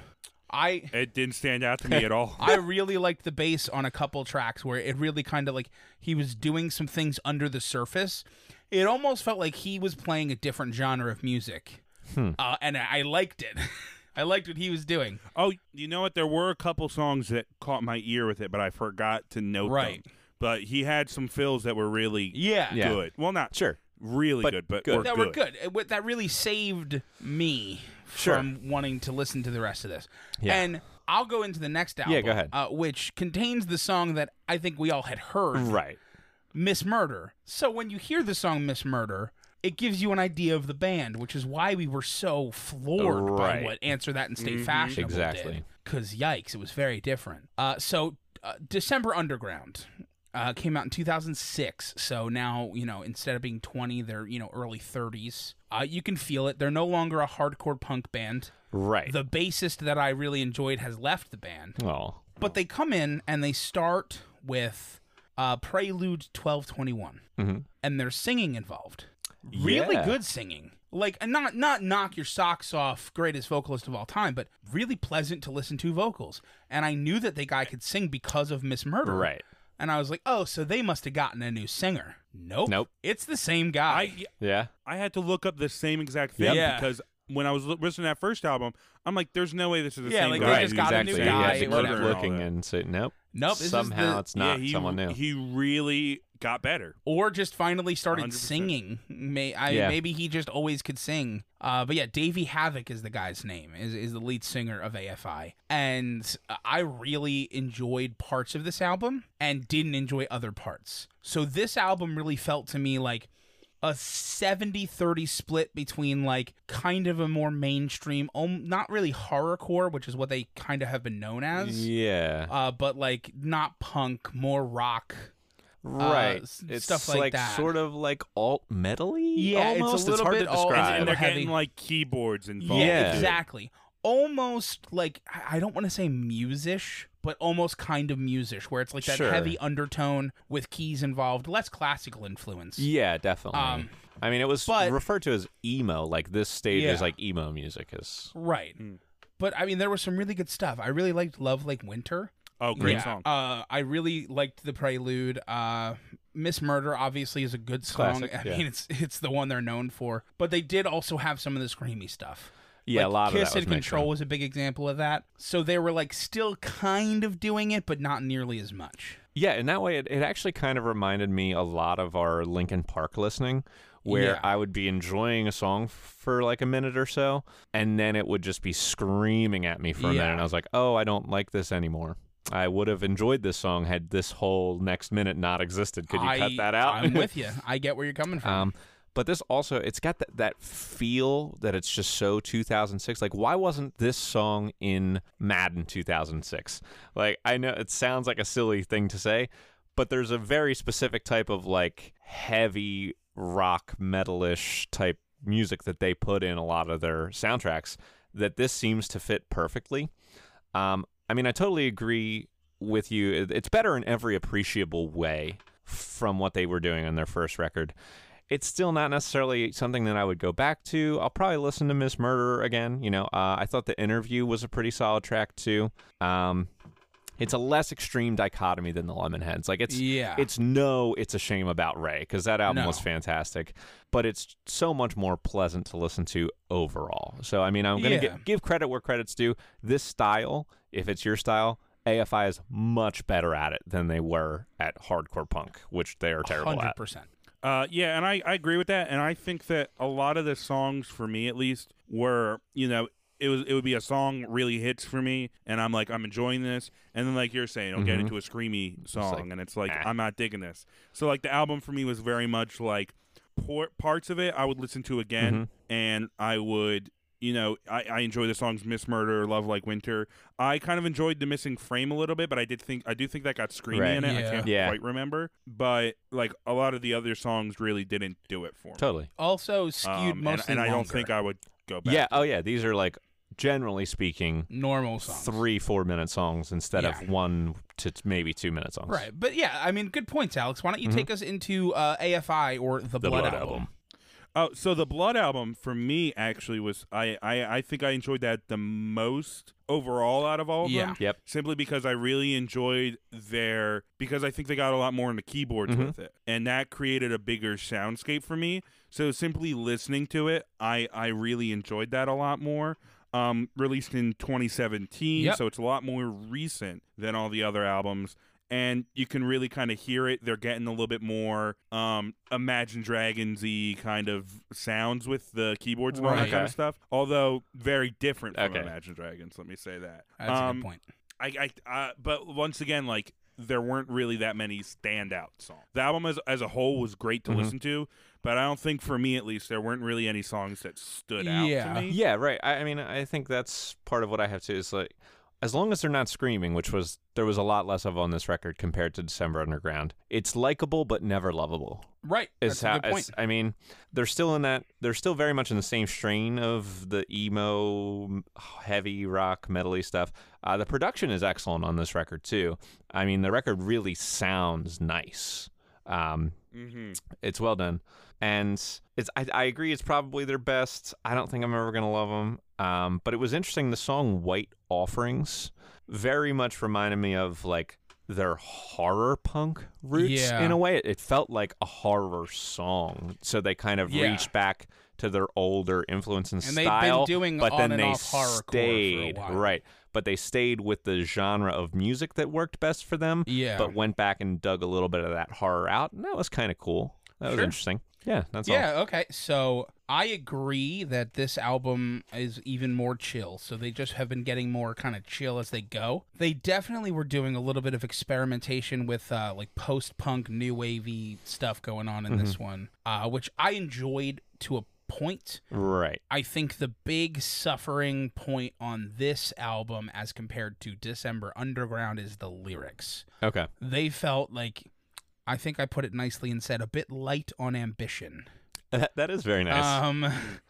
A: I
C: It didn't stand out to me at all.
A: I really liked the bass on a couple tracks where it really kind of like he was doing some things under the surface. It almost felt like he was playing a different genre of music,
B: Hmm.
A: uh, and I I liked it. I liked what he was doing.
C: Oh, you know what? There were a couple songs that caught my ear with it, but I forgot to note
A: Right.
C: them. But he had some fills that were really
A: Yeah,
B: Yeah.
C: good. Well, not
B: Sure.
C: really
B: But
C: good, but
B: good.
C: were
A: that
C: good.
A: were good. It, wa- that really saved me
B: Sure.
A: from wanting to listen to the rest of this.
B: Yeah.
A: And I'll go into the next album,
B: go ahead.
A: Uh, which contains the song that I think we all had heard,
B: Right.
A: Miss Murder. So when you hear the song Miss Murder, it gives you an idea of the band, which is why we were so floored by
B: Right.
A: what Answer That and Stay Fashionable
B: Exactly.
A: Because, yikes, it was very different. Uh, so, uh, December Underground. Uh, came out in 2006, so now you know instead of being 20, they're you know early 30s. Uh, you can feel it. They're no longer a hardcore punk band.
B: Right.
A: The bassist that I really enjoyed has left the band,
B: oh.
A: but they come in and they start with uh, Prelude 1221, and there's singing involved. Really
B: Mm-hmm. Yeah.
A: good singing. Like and not not knock your socks off, greatest vocalist of all time, but really pleasant to listen to vocals. And I knew that the guy could sing because of Miss Murder.
B: Right.
A: And I was like, oh, so they must have gotten a new singer. Nope.
B: Nope.
A: It's the same guy.
C: I
B: Yeah.
C: I had to look up the same exact thing
A: Yeah.
C: because when I was li- listening to that first album, I'm like, there's no way this is the
A: Yeah,
C: same
A: like, they
C: guy.
A: just
C: who
A: got a
B: exactly.
A: new
C: sang
B: You
A: guy,
B: have
C: Jack
B: to
C: Murder
B: keep
A: whatever.
C: and all
B: looking
C: that.
B: and say, nope.
A: nope. This is
B: Somehow
A: the,
B: it's not
C: yeah, he,
B: someone new.
C: He really got better.
A: or just finally started
C: 100%.
A: singing. May I
B: Yeah.
A: maybe he just always could sing. Uh, but yeah, Davey Havoc is the guy's name. Is is the lead singer of AFI, and uh, I really enjoyed parts of this album and didn't enjoy other parts. So this album really felt to me like a 70-30 split between like kind of a more mainstream um, not really horrorcore which is what they kind of have been known as
B: Yeah.
A: uh, but like not punk more rock
B: right.
A: s-
B: it's
A: stuff like that.
B: sort of like alt metal
A: Yeah, it's a
B: almost.
A: little
B: hard
A: bit
B: to
A: alt-
B: describe.
A: I
C: And they're
A: would have
C: getting
A: the-
C: like keyboards involved.
B: Yeah.
C: too.
A: exactly. Almost like I I don't want to say musish, but almost kind of musish, where it's like that
B: Sure.
A: heavy undertone with keys involved, less classical influence.
B: Yeah, definitely.
A: Um,
B: I mean, it was
A: but-
B: referred to as emo. Like this stage
A: Yeah.
B: is like emo music is.
A: Right.
C: Hmm.
A: But I mean, there was some really good stuff. I really liked Love Like Winter.
C: Oh, great
A: Yeah.
C: song.
A: Uh, I really liked the prelude. Uh, Miss Murder obviously is a good song.
B: Classic,
A: I
B: yeah.
A: mean, it's it's the one they're known for. But they did also have some of the screamy stuff.
B: Yeah, a
A: Like,
B: lot
A: Kiss
B: of that was
A: and Control
B: mixed
A: was a big example of that. So they were like still kind of doing it, but not nearly as much.
B: in. Yeah, in that way, it, it actually kind of reminded me a lot of our Linkin Park listening, where
A: Yeah.
B: I would be enjoying a song for like a minute or so, and then it would just be screaming at me for a
A: Yeah.
B: minute, and I was like, "Oh, I don't like this anymore." I would have enjoyed this song had this whole next minute not existed. Could you
A: I,
B: cut that out?
A: I'm with you. I get where you're coming from.
B: Um, but this also, it's got that, that feel that it's just so 2006. Like, why wasn't this song in Madden 2006? Like, I know it sounds like a silly thing to say, but there's a very specific type of like heavy rock metalish type music that they put in a lot of their soundtracks that this seems to fit perfectly. Um, I mean, I totally agree with you. It- It's better in every appreciable way from what they were doing on their first record. It's still not necessarily something that I would go back to. I'll probably listen to Miss Murder again. You know, uh, I thought the interview was a pretty solid track too. Um, it's a less extreme dichotomy than the Lemonheads. Like it's
A: Yeah.
B: it's no, it's a shame about Ray because that album
A: No.
B: was fantastic, but it's so much more pleasant to listen to overall. So I mean, I'm gonna
A: Yeah.
B: get give credit where credit's due. This style, if it's your style, AFI is much better at it than they were at hardcore punk, which they are terrible
A: Hundred
B: at.
A: percent.
C: Uh, yeah, and I, I agree with that. And I think that a lot of the songs, for me at least, were, you know, it was it would be a song really hits for me, and I'm like, I'm enjoying this. And then, like you're saying, it'll get into a screamy song, and it's like, I'm not digging this. So, like, the album for me was very much like por- parts of it I would listen to again, and I would. You know, I, I enjoy the songs "Miss Murder," "Love Like Winter." I kind of enjoyed the missing frame a little bit, but I did think I do think that got screamy
B: Right.
C: in it. I
A: Yeah.
C: can't
B: Yeah.
C: quite remember, but like a lot of the other songs really didn't do it for me.
B: Totally.
A: Also skewed
C: Um, and,
A: mostly.
C: and I don't
A: longer.
C: think I would go back.
B: Yeah. Oh yeah. These are like generally speaking
A: normal songs.
B: three four minute songs instead
A: Yeah.
B: of one to t- maybe two minute songs.
A: Right, but yeah, I mean, good points, Alex. Why don't you take us into uh, AFI or the,
B: Mm-hmm. The Blood, album.
A: album?
C: Oh, so the Blood album for me actually was I I, I think I enjoyed that the most overall out of all of
A: Yeah.
C: them.
B: Yep.
C: Simply because I really enjoyed their because I think they got a lot more into keyboards
A: Mm-hmm.
C: with it, and that created a bigger soundscape for me. So simply listening to it, I I really enjoyed that a lot more. Um, released in 2017,
A: Yep.
C: so it's a lot more recent than all the other albums. And you can really kind of hear it. They're getting a little bit more um, Imagine Dragons y kind of sounds with the keyboards and all that
A: Right.
C: kind of stuff. Although very different from
B: Okay.
C: Imagine Dragons, let me say that.
A: That's a
C: Um,
A: good point.
C: I, I, uh, but once again, like there weren't really that many standout songs. The album as as a whole was great to
A: Mm-hmm.
C: listen to, but I don't think for me at least there weren't really any songs that stood out
A: Yeah.
C: to me.
B: Yeah, right. I, I mean, I think that's part of what I have to is like, as long as they're not screaming, which was there was a lot less of on this record compared to December Underground. It's likable but never lovable.
A: Right. That's
B: Is how
A: a good point.
B: is- I mean, they're still in that. They're still very much in the same strain of the emo, m- heavy rock, metally stuff. Uh, the production is excellent on this record too. I mean, the record really sounds nice. Um,
C: Mm-hmm.
B: it's well done, and it's. I, I agree. It's probably their best. I don't think I'm ever gonna love them. Um, but it was interesting. The song "White Offerings" very much reminded me of like their horror punk roots
A: Yeah.
B: in a way. It, it felt like a horror song, so they kind of
A: Yeah.
B: reached back to their older influence and,
A: And they've been
B: style.
A: doing
B: but
A: on
B: then
A: and
B: they
A: off horrorcore for a
B: stayed
A: while.
B: right, but they stayed with the genre of music that worked best for them
A: Yeah.
B: but went back and dug a little bit of that horror out, and that was kind of cool. That was
A: Sure.
B: interesting. Yeah, that's all.
A: yeah, okay. So I agree that this album is even more chill. So they just have been getting more kind of chill as they go. They definitely were doing a little bit of experimentation with uh, like post punk, new wavy stuff going on in
B: Mm-hmm.
A: this one, uh, which I enjoyed to a point.
B: Right.
A: I think the big suffering point on this album as compared to December Underground is the lyrics.
B: Okay.
A: They felt like, I think I put it nicely and said, a bit light on ambition.
B: That, that is very nice.
A: Um,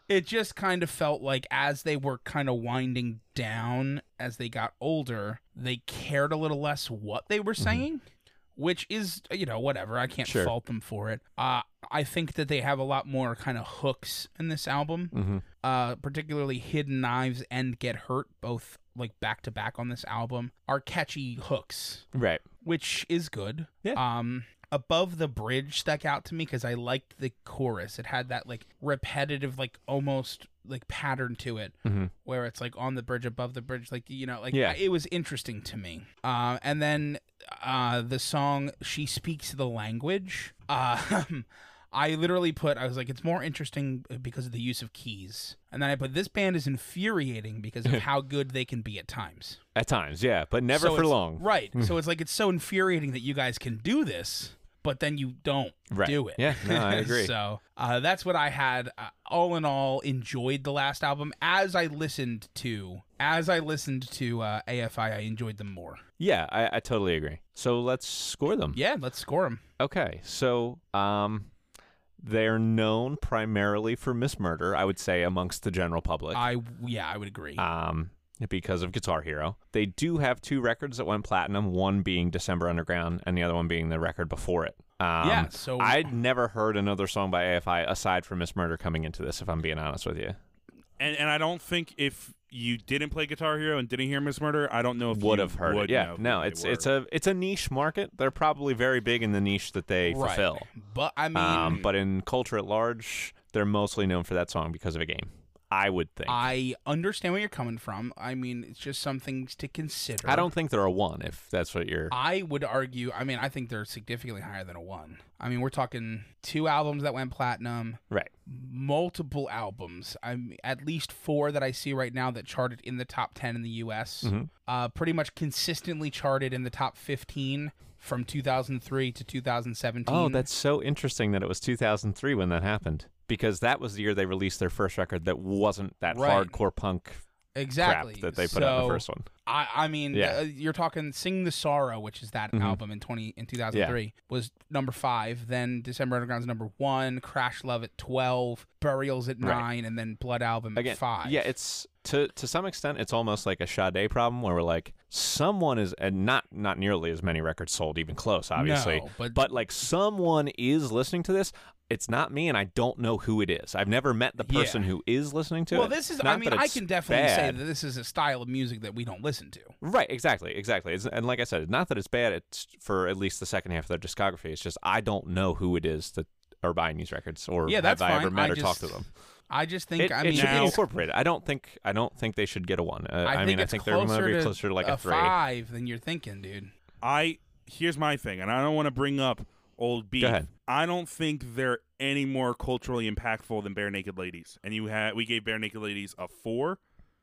A: it just kind of felt like as they were kind of winding down as they got older, they cared a little less what they were saying, which is you know whatever. I can't
B: Mm-hmm. Sure.
A: fault them for it. Uh, I think that they have a lot more kind of hooks in this album,
B: Mhm.
A: uh, particularly "Hidden Knives" and "Get Hurt," both like back to back on this album, are catchy hooks
B: Right.
A: which is good.
B: Yeah.
A: Um, above the bridge stuck out to me because I liked the chorus. It had that like repetitive, like almost like pattern to it,
B: Mhm.
A: where it's like on the bridge, above the bridge, like you know, like
B: Yeah.
A: it was interesting to me. Uh, and then uh, the song "She Speaks the Language." Uh, I literally put, I was like, it's more interesting because of the use of keys. And then I put, this band is infuriating because of how good they can be at times.
B: At times, yeah, but never
A: So
B: for
A: it's-
B: long.
A: Right. so it's like it's so infuriating that you guys can do this, but then you don't
B: Right.
A: do it.
B: Yeah, no, I agree.
A: so uh, that's what I had. Uh, all in all, enjoyed the last album as I listened to as I listened to uh, AFI. I enjoyed them more.
B: Yeah, I, I totally agree. So let's score them.
A: Yeah, let's score them.
B: Okay. So, um, they're known primarily for mismurder, I would say, amongst the general public.
A: I yeah, I would agree.
B: um, because of Guitar Hero. They do have two records that went platinum, one being December Underground and the other one being the record before it. Um,
A: Yeah, so-
B: I'd never heard another song by AFI aside from Miss Murder coming into this, if I'm being honest with you.
C: And and I don't think if you didn't play Guitar Hero and didn't hear Miss Murder, I don't know if
B: Would
C: you
B: have heard
C: would
B: it. Yeah.
C: know
B: No,
C: who they
B: it's
C: were.
B: it's a it's a niche market. They're probably very big in the niche that they
A: right.
B: fulfill.
A: But I mean,
B: Um, but in culture at large, they're mostly known for that song because of a game. I would think.
A: I understand where you're coming from. I mean, it's just some things to consider.
B: I don't think they're a one if that's what you're
A: I would argue. I mean, I think they're significantly higher than a one. I mean, we're talking two albums that went platinum,
B: right.
A: multiple albums. I'm at least four that I see right now that charted in the top ten in the U.S.
B: Mm-hmm.
A: Uh, pretty much consistently charted in the top fifteen from 2003 to 2017.
B: Oh, that's so interesting that it was 2003 when that happened because that was the year they released their first record that wasn't that
A: Right.
B: hardcore punk
A: exactly
B: crap that they put out in
A: So,
B: the first one.
A: I, I mean,
B: Yeah. Mm-hmm.
A: uh, you're talking "Sing the Sorrow," which is that album in twenty in two thousand three was number five. Then December Underground's number one, Crash Love at twelve, Burials at
B: Right.
A: nine, and then Blood Album
B: Again,
A: at five.
B: yeah, it's to to some extent it's almost like a Sade problem where we're like someone is and not not nearly as many records sold even close obviously,
A: No, but-
B: like someone is listening to this. It's not me, and I don't know who it is. I've never met the
A: Yeah.
B: person who is listening to
A: well,
B: it.
A: this is.
B: Not
A: I mean,
B: that
A: I
B: it's
A: can definitely say
B: bad.
A: that this is a style of music that we don't listen to.
B: Right, exactly, exactly. It's, and like I said, not that it's bad. It's for at least the second half of their discography. It's just I don't know who it is that are buying these records, or
A: Yeah,
B: have
A: that's
B: I
A: fine.
B: ever met
A: I
B: or
A: just,
B: talked to them.
A: I just think.
B: It,
A: I
B: it
A: mean,
B: should be
C: now-
A: it's-
B: incorporated. I don't think I don't think they should get a one. Uh, I, mean, I
A: it's
B: think they're going
A: closer
B: to be
A: to
B: closer to like a, three.
A: five than you're thinking, dude.
C: I here's my thing, and I don't want to bring up old beef.
B: ahead.
C: I don't think they're any more culturally impactful than Bare Naked Ladies. And you had we gave Bare Naked Ladies a four.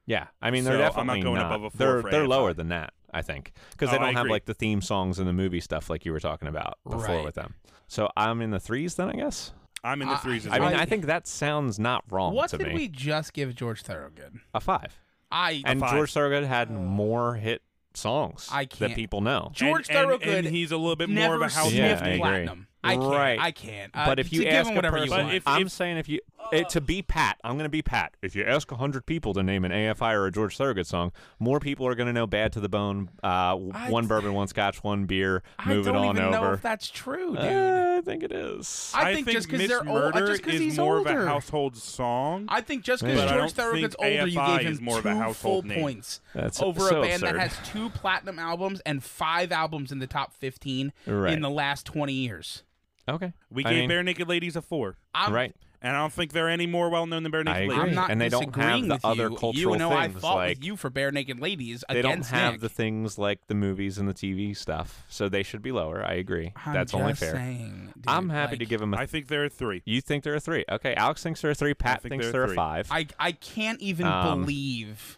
B: Yeah, I mean they're
C: So, I'm not
B: definitely
C: going above a four
B: they're
C: for
B: they're
C: AFI.
B: lower than that. I think because they
C: Oh, I
B: don't have
C: agree.
B: like the theme songs and the movie stuff like you were talking about before
A: Right.
B: with them. So I'm in the threes then, I guess.
C: I'm in the
A: I-
C: threes as
B: I mean,
C: well.
A: I-
B: I think that sounds not wrong
A: What
B: to
A: did
B: me.
A: we just give George Thorogood?
B: A five.
A: I
B: and
C: fine.
B: George Thorogood had more hit songs
A: I can't-
B: that people know.
A: George
C: and, and-
A: Thorogood
C: and he's a little bit
A: never
C: more of a house.
B: Yeah,
A: sniffed
B: I agree.
A: platinum. I can't.
B: Right.
A: I can't. Uh,
B: But if you
A: to
B: ask
A: give
B: a
A: him whatever
B: person,
A: you want,
C: If-
B: I'm
C: if-
B: saying if you eh, to be Pat, I'm going to be Pat. If you ask hundred people to name an AFI or a George Thorogood song, more people are going to know "Bad to the Bone," uh, w-
A: I-
B: one bourbon, one scotch, one beer.
A: I
B: Move
A: don't
B: it on
A: even
B: over.
A: know if that's true, dude.
B: Eh, I think it is.
A: I think, just because
C: Miss
A: they're old,
C: Murder
A: just because
C: is
A: he's
C: more
A: older.
C: of a household song.
A: I think just
B: But
A: because
B: I
A: George
C: don't
A: Thorogood's
C: think
A: older, you
C: AFI
A: gave him
C: is more of a
A: two full
C: household name.
A: points
B: That's
A: over
B: so
A: a band
B: absurd.
A: that has two platinum albums and five albums in the top fifteen
B: Right.
A: in the last twenty years.
B: okay.
C: we
B: I
C: gave
B: mean,
C: Bare Naked Ladies a four,
A: I'm,
B: right.
C: and I don't think they're any more well known than Bare
B: I
C: Naked
B: agree.
C: Ladies.
A: I'm not
B: And they don't have
A: disagreeing
B: the
A: with
B: other
A: you.
B: cultural
A: you know I
B: things,
A: fought
B: like-
A: with you for bare naked ladies
B: They don't
A: against
B: have
A: Nick.
B: the things like the movies and the TV stuff, so they should be lower. I agree.
A: I'm
B: That's only
A: just
B: fair.
A: saying, dude,
B: I'm happy to
A: like,
B: give him a
C: I think they're a three.
B: You think they're a three? Okay, Alex thinks they're a three. Pat
C: think
B: thinks they're,
C: they're a
B: a
C: three.
B: five.
A: I I can't even
B: Um,
A: believe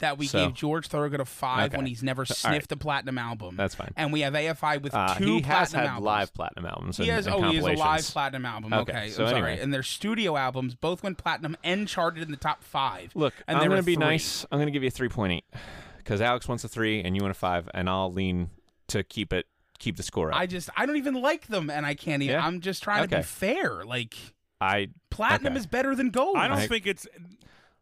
A: that we
B: so-
A: gave George Thorogood a five when
B: Okay.
A: he's never sniffed a platinum album.
B: That's fine.
A: And we have AFI with
B: Uh,
A: two
B: he
A: platinum
B: has had
A: albums.
B: live platinum albums. And,
A: He has.
B: and
A: Oh, he has a live
B: compilations.
A: platinum album.
B: Okay,
A: Okay,
B: so
A: I'm sorry.
B: anyway.
A: And their studio albums both went platinum and charted in the top five.
B: Look,
A: and
B: I'm
A: there
B: going
A: were
B: to be
A: three.
B: nice. I'm going to give you a three point eight because Alex wants a three and you want a five, and I'll lean to keep it keep the score up.
A: I just I don't even like them, and I can't even.
B: Yeah.
A: I'm just trying to be
B: Okay.
A: fair. Like
B: I
A: platinum
B: Okay.
A: is better than gold.
C: I don't
B: I-
C: think it's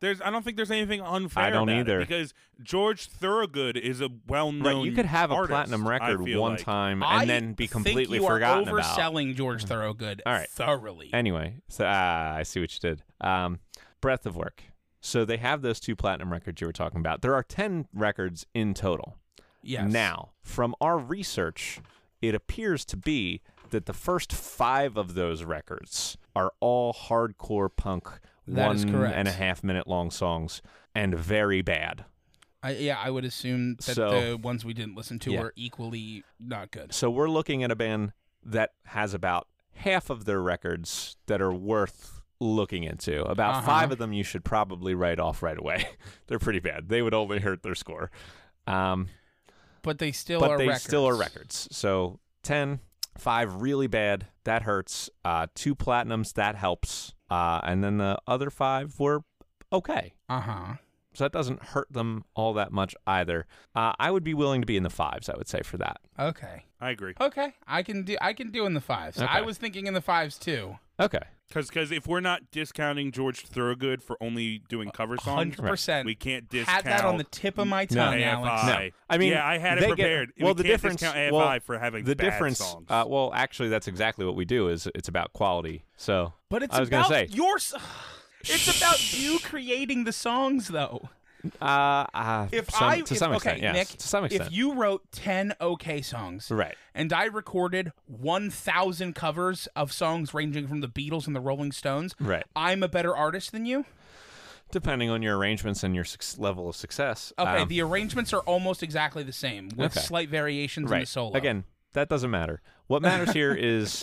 C: there's. I don't think there's anything unfair.
B: I don't
C: about it,
B: either.
C: because George Thorogood is a well-known.
B: right, you could have a
C: artist,
B: platinum
C: I
B: record
C: feel
B: one
C: like.
B: time
A: I
B: and then be
A: think
B: completely
A: you
B: forgotten
A: are
B: about. Mm-hmm.
A: overselling George Thorogood.
B: All right.
A: thoroughly.
B: Anyway, so ah, I see what you did. Um, breadth of work. So they have those two platinum records you were talking about. There are ten records in total.
A: yes.
B: Now, from our research, it appears to be that the first five of those records are all hardcore punk,
A: That
B: one
A: is
B: and a half
A: correct.
B: minute long songs, and very bad.
A: I, yeah, I would assume that
B: So-
A: the ones we didn't listen to
B: Yeah.
A: were equally not good.
B: So we're looking at a band that has about half of their records that are worth looking into. About
A: Uh-huh.
B: five of them you should probably write off right away. They're pretty bad. They would only hurt their score. Um,
A: But they still
B: but
A: are
B: they
A: records.
B: still are records. So 10, 5 really bad. That hurts. Uh, two platinums. That helps. Uh, and then the other five were okay.
A: Uh huh.
B: So that doesn't hurt them all that much either. Uh, I would be willing to be in the fives, I would say, for that.
A: Okay.
C: I agree.
A: Okay. I can do. I can do in the fives. I
B: Okay.
A: was thinking in the fives too.
B: Okay.
C: Because if we're not discounting George Thorogood for only doing cover songs,
A: Hundred percent.
C: we can't
A: Had
C: discount
A: that on the tip of my
B: No.
A: tongue, Alex.
C: AFI.
B: No. I mean,
C: yeah, I had it
B: they get-
C: prepared.
B: well, the
C: we can't
B: difference-
C: discount AFI
B: well,
C: for having
B: the
C: bad
B: difference.
C: songs.
B: Uh, well, actually, that's exactly what we do. Is it's about quality. So
A: But it's
B: I was gonna
A: about
B: say-
A: your. s- It's about you creating the songs, though.
B: uh, uh,
A: If
B: some-
A: I,
B: to
A: if-
B: some
A: okay,
B: extent, yes,
A: Nick,
B: to some extent,
A: if you wrote ten okay songs,
B: right.
A: and I recorded one thousand covers of songs ranging from the Beatles and the Rolling Stones,
B: Right.
A: I'm a better artist than you.
B: Depending on your arrangements and your suc level of success.
A: Okay,
B: um,
A: the arrangements are almost exactly the same with
B: Okay.
A: slight variations in the solo.
B: Again, that doesn't matter. What matters here is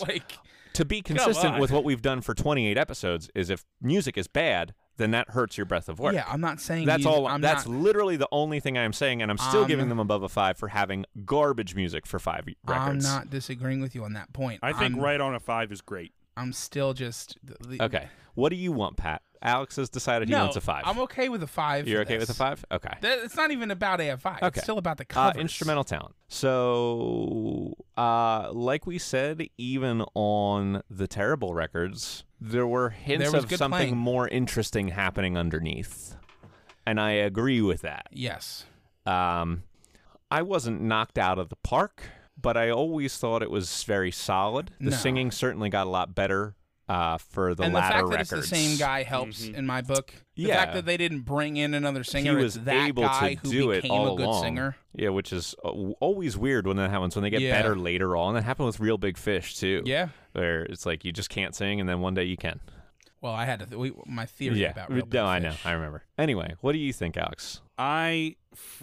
A: like
B: to be consistent
A: on.
B: with what we've done for 28 episodes is if music is bad, then that hurts your breadth of work.
A: yeah, I'm not saying
B: That's
A: you-
B: all.
A: I'm
B: that's
A: not,
B: literally the only thing I'm saying, and I'm still
A: Um,
B: giving them above a five for having garbage music for five y-
A: I'm
B: records.
A: not disagreeing with you on that point.
C: I think
A: I'm,
C: right on a five is great.
A: I'm still just the,
B: Okay. What do you want, Pat? Alex has decided he
A: no,
B: wants a 5
A: I'm okay with a five.
B: You're
A: for
B: okay
A: this.
B: with a five? Okay.
A: That, it's not even about AFI.
B: Okay.
A: It's still about the
B: Uh,
A: covers.
B: instrumental talent. So, uh, like we said, even on the terrible records, there were hints
A: There was
B: of
A: good
B: something
A: playing.
B: more interesting happening underneath, and I agree with that.
A: Yes.
B: Um, I wasn't knocked out of the park, but I always thought it was very solid. The
A: No.
B: singing certainly got a lot better uh, for the
A: and the
B: latter
A: fact that
B: records.
A: it's the same guy helps in my book. The
B: Yeah.
A: fact that they didn't bring in another singer,
B: he was
A: it's that
B: able
A: guy
B: to
A: who
B: do it
A: became
B: all
A: a good
B: along.
A: singer.
B: Yeah, which is uh, w- always weird when that happens. When they get
A: Yeah.
B: better later on, that happened with Real Big Fish too.
A: Yeah.
B: where it's like you just can't sing, and then one day you can.
A: Well, I had to. Th- we, my theory
B: yeah,
A: about
B: no,
A: real Big
B: I know,
A: Fish.
B: I remember. Anyway, what do you think, Alex?
C: I f-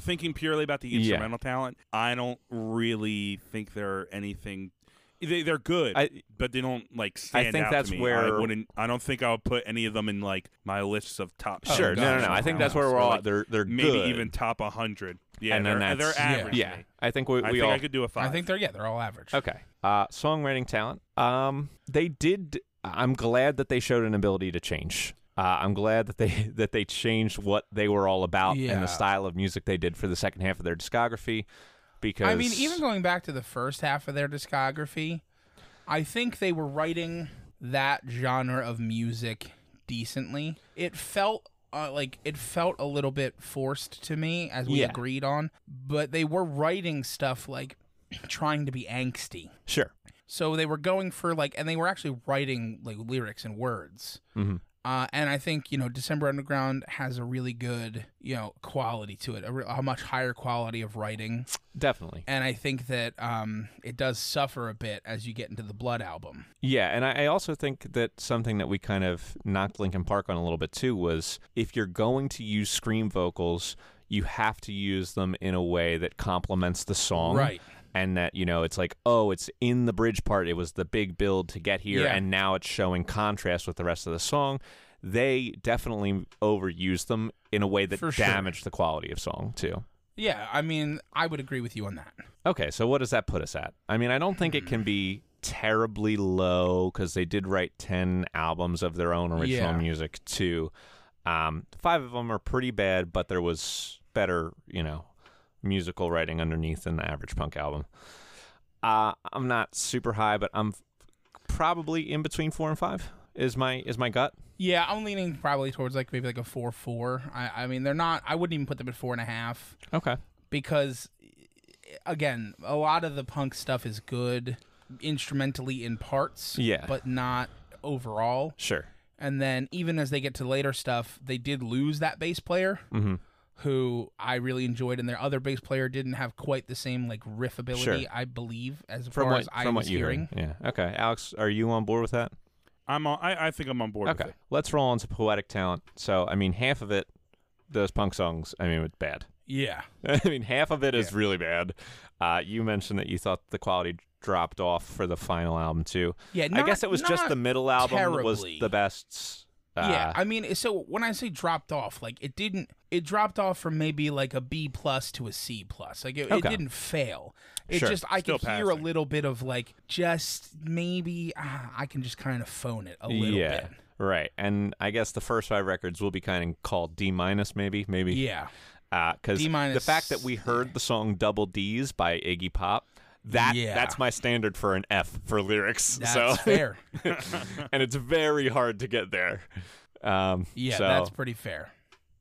C: thinking purely about the
B: Yeah.
C: instrumental talent. I don't really think they're anything. They, they're good,
B: I-
C: but they don't like stand
B: think
C: out
B: that's
C: to me.
B: where-
C: I wouldn't. I don't think I would put any of them in like my lists of top.
A: Oh,
B: sure, no, no, no.
A: gosh,
B: I think
A: no.
B: that's where
C: Or,
B: we're all.
C: like,
B: at. They're they're
C: maybe
B: good.
C: even top hundred. Yeah,
B: And then
C: they're, they're
B: that's-
A: yeah.
C: average. to
B: yeah.
C: me.
B: I think we,
C: I
B: we
C: think
B: all
C: I could do a
A: I
C: five.
A: think they're yeah, they're all average.
B: Okay. Uh, songwriting talent. Um, they did. I'm glad that they showed an ability to change. Uh, I'm glad that they that they changed what they were all about and
A: Yeah.
B: the style of music they did for the second half of their discography. Because
A: I mean, even going back to the first half of their discography, I think they were writing that genre of music decently. It felt uh, like it felt a little bit forced to me, as we
B: Yeah.
A: agreed on, but they were writing stuff like trying to be angsty.
B: sure,
A: So they were going for like, and they were actually writing like lyrics and words.
B: Mhm.
A: Uh, and I think you know December Underground has a really good you know quality to it, a, re- a much higher quality of writing.
B: definitely.
A: And I think that um, it does suffer a bit as you get into the Blood album.
B: Yeah, and I, I also think that something that we kind of knocked Linkin Park on a little bit too was if you're going to use scream vocals, you have to use them in a way that complements the song.
A: Right.
B: And that, you know, it's like, oh, it's in the bridge part. It was the big build to get here,
A: Yeah.
B: and now it's showing contrast with the rest of the song. They definitely overused them in a way that
A: For sure.
B: damaged the quality of song too.
A: Yeah, I mean, I would agree with you on that.
B: Okay, so what does that put us at? I mean, I don't think it can be terribly low because they did write 10 albums of their own original
A: Yeah.
B: music, too. Um, five of them are pretty bad, but there was better, you know, musical writing underneath than the average punk album. Uh, I'm not super high, but I'm f- probably in between four and five. Is my is my gut?
A: Yeah, I'm leaning probably towards like maybe like a four four. I, I mean, they're not. I wouldn't even put them at four and a half.
B: Okay.
A: because again a lot of the punk stuff is good instrumentally in parts
B: Yeah.
A: but not overall
B: Sure.
A: and then even as they get to later stuff they did lose that bass player
B: Mm-hmm.
A: who i really enjoyed and their other bass player didn't have quite the same like riff ability
B: Sure.
A: i believe as
B: From
A: far
B: what
A: as i
B: from
A: was
B: what you
A: hearing
B: heard. Yeah. Okay. Alex, are you on board with that?
C: I'm on, I, I think I'm on board with
B: Okay,
C: it.
B: let's roll on to poetic talent. So, I mean, half of it, those punk songs, I mean, it's bad.
A: yeah
B: I mean, half of it is really bad. Uh, you mentioned that you thought the quality dropped off for the final album too.
A: yeah
B: I
A: not-
B: guess it was just
A: not-
B: the middle album that was
A: terribly.
B: the best. Uh,
A: yeah, I mean, so when I say dropped off, like it didn't, it dropped off from maybe like a B plus to a C plus. Like it,
B: Okay.
A: it didn't fail. It
B: Sure.
A: just I
C: Still
A: could hear a
C: passing.
A: little bit of like just maybe ah, I can just kind of phone it a little
B: yeah,
A: bit.
B: right. And I guess the first five records will be kind of called D minus, maybe, maybe.
A: Yeah,
B: because
A: D
B: the
A: minus-
B: fact that we heard the song Double D's by Iggy Pop. That
A: Yeah.
B: that's my standard for an F for lyrics.
A: that's
B: so
A: fair.
B: and it's very hard to get there. Um,
A: Yeah,
B: so
A: that's pretty fair.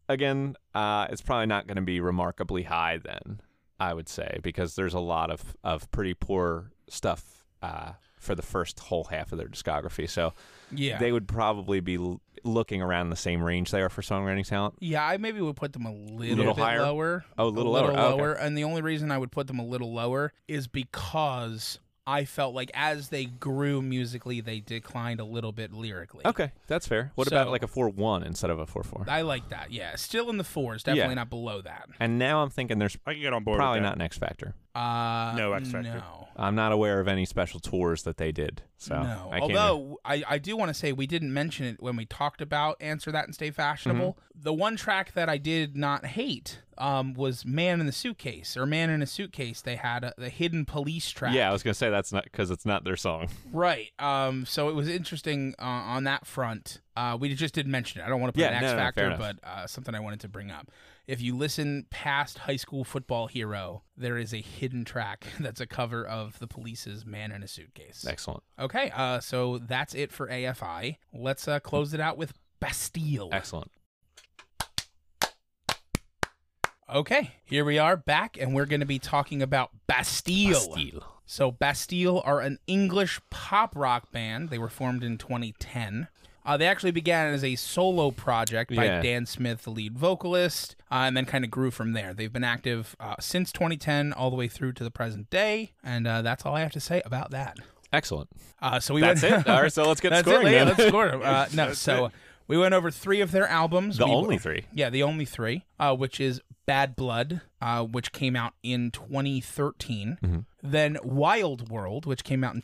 B: again, uh, it's probably not going to be remarkably high then. I would say because there's a lot of of pretty poor stuff uh, for the first whole half of their discography. So
A: Yeah,
B: they would probably be l- looking around the same range they are for songwriting talent.
A: yeah. I maybe would put them a little,
B: Little
A: bit
B: higher?
A: lower.
B: Oh, a little lower. Oh, okay.
A: And the only reason I would put them a little lower is because. I felt like as they grew musically, they declined a little bit lyrically.
B: Okay, that's fair. What
A: So-
B: about like a four one instead of a four four?
A: I like that. Yeah, still in the fours, definitely
B: Yeah.
A: not below that.
B: And now I'm thinking there's
C: I can get on board
B: probably
C: with
B: not an
C: that.
B: X Factor.
A: Uh,
C: No X Factor.
A: No,
B: I'm not aware of any special tours that they did. So
A: no.
B: I can't
A: Although I, I do want to say we didn't mention it when we talked about answer that and stay fashionable.
B: Mm-hmm.
A: The one track that I did not hate um, was "Man in the Suitcase" or "Man in a Suitcase." They had a, the hidden police track.
B: Yeah, I was gonna say that's not because it's not their song.
A: right. Um, so it was interesting uh, on that front. Uh, we just didn't mention it. I don't want to put
B: Yeah,
A: an X
B: no, no, fair
A: Factor,
B: enough.
A: but uh, something I wanted to bring up. If you listen past High School Football Hero, there is a hidden track that's a cover of the Police's "Man in a Suitcase."
B: Excellent,
A: Okay, uh, so that's it for AFI. Let's uh, close it out with Bastille.
B: excellent.
A: Okay, here we are back, and we're going to be talking about Bastille. So Bastille are an English pop rock band. They were formed in 2010. Uh, they actually began as a solo project by
B: Yeah.
A: Dan Smith, the lead vocalist, uh, and then kind of grew from there. They've been active uh, since 2010 all the way through to the present day, and uh, that's all I have to say about that.
B: Excellent.
A: Uh, so we
B: That's
A: went,
B: it. All right, so let's get
A: That's
B: scoring
A: it,
B: then.
A: Leah. Let's score. Uh, no, so we went over three of their albums.
B: The
A: We-
B: only three.
A: Yeah, the only three, uh, which is Bad Blood, uh, which came out in 2013,
B: Mm-hmm.
A: then Wild World, which came out in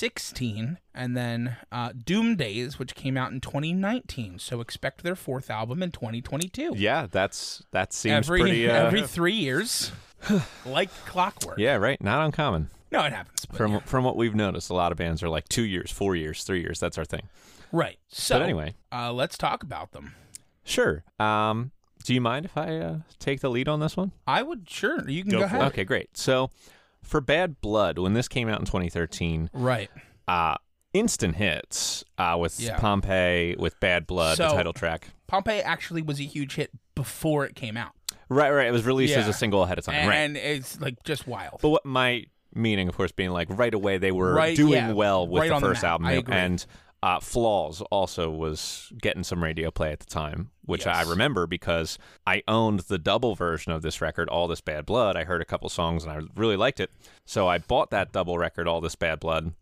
A: 2016, and then uh, Doom Days, which came out in 2019. So expect their fourth album in 2022.
B: Yeah, that's that seems
A: every
B: pretty. Uh,
A: every three years, like clockwork.
B: yeah, right. Not uncommon.
A: No, it happens. but-
B: From from what we've noticed, a lot of bands are like two years, four years, three years. That's our thing.
A: right. So
B: but anyway,
A: uh, let's talk about them.
B: sure. Um, do you mind if I uh, take the lead on this one?
A: I would sure you can go,
C: Go for
A: ahead.
C: it.
B: Okay, great. So, for Bad Blood, when this came out in 2013,
A: Right.
B: uh, instant hits uh, with
A: Yeah.
B: Pompeii, with Bad Blood, the
A: So-
B: title track.
A: Pompeii actually was a huge hit before it came out,
B: Right, right. It was released as
A: Yeah.
B: a single ahead of time.
A: and,
B: right.
A: it's like just wild.
B: But what my meaning, of course, being like right away they were
A: Right,
B: doing
A: yeah.
B: well with
A: Right
B: the
A: on the
B: first
A: map.
B: album,
A: I
B: and-
A: agree.
B: and uh, Flaws also was getting some radio play at the time, which I
A: Yes.
B: remember because I owned the double version of this record, All This Bad Blood. I heard a couple songs and I really liked it, so I bought that double record, All This Bad Blood.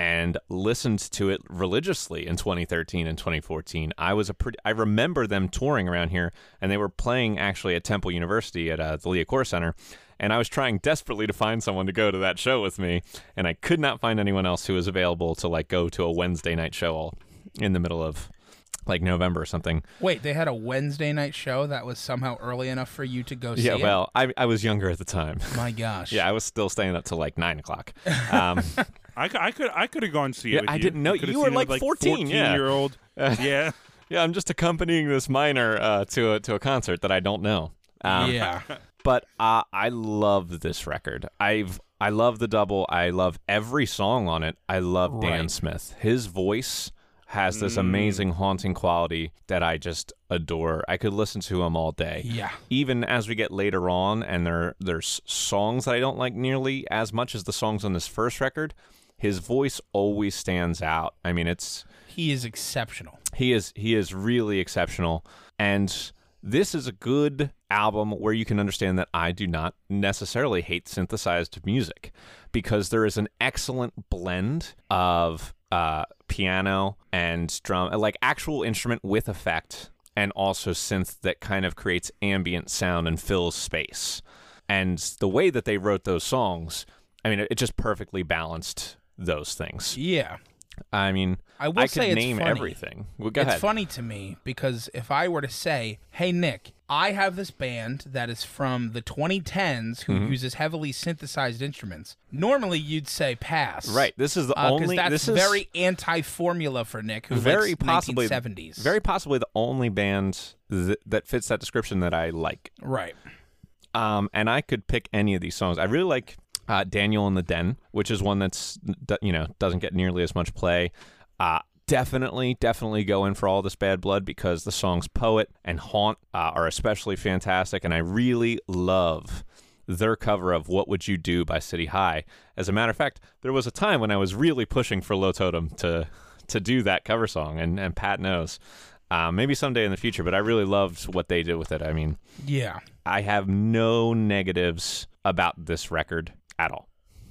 B: And listened to it religiously in 2013 and 2014. I was a pretty. I remember them touring around here, and they were playing actually at Temple University at uh, the Leah Core Center and I was trying desperately to find someone to go to that show with me, and I could not find anyone else who was available to like go to a Wednesday night show all in the middle of like November or something.
A: Wait, they had a Wednesday night show that was somehow early enough for you to go see
B: yeah,
A: it?
B: well, I I was younger at the time.
A: My gosh.
B: yeah, I was still staying up till like nine o'clock. Um,
C: I, cou- I could I could have gone see it.
B: Yeah,
C: with
B: I
C: you.
B: didn't know-
C: I could've
B: you were
C: seen it
B: like
C: with,
B: 14, yeah.
C: year old. yeah,
B: yeah, I'm just accompanying this minor uh, to a, to a concert that I don't know. Um,
A: yeah.
B: but uh, I love this record. I've I love the double. I love every song on it. I love Dan
A: Right. Mm.
B: Smith. His voice has this amazing haunting quality that I just adore. I could listen to him all day.
A: Yeah.
B: Even as we get later on and there there's songs that I don't like nearly as much as the songs on this first record, his voice always stands out. I mean, it's
A: He is exceptional.
B: he is he is really exceptional, and this is a good album where you can understand that I do not necessarily hate synthesized music because there is an excellent blend of uh, piano and drum, like actual instrument with effect, and also synth that kind of creates ambient sound and fills space. And the way that they wrote those songs, I mean, it, it just perfectly balanced those things.
A: Yeah.
B: I mean,
A: I will
B: I could
A: say it's
B: name
A: funny.
B: everything. Well, go
A: it's
B: ahead.
A: funny to me because if I were to say, "Hey Nick, I have this band that is from the 2010s who
B: Mm-hmm.
A: uses heavily synthesized instruments," normally you'd say pass.
B: Right. This is the
A: Because
B: only.
A: Uh, that's
B: this is
A: very anti-formula for Nick, who
B: very
A: likes
B: possibly
A: 1970s.
B: Very possibly the only band th- that fits that description that I like.
A: right.
B: Um, and I could pick any of these songs. I really like uh, Daniel in the Den, which is one that's that, you know doesn't get nearly as much play. Uh, definitely, definitely go in for all this bad blood because the songs "Poet" and "Haunt" uh, are especially fantastic, and I really love their cover of "What Would You Do" by City High. As a matter of fact, there was a time when I was really pushing for Low Totem to to do that cover song, and and Pat knows. Uh, maybe someday in the future, but I really loved what they did with it. I mean,
A: Yeah.
B: I have no negatives about this record at all.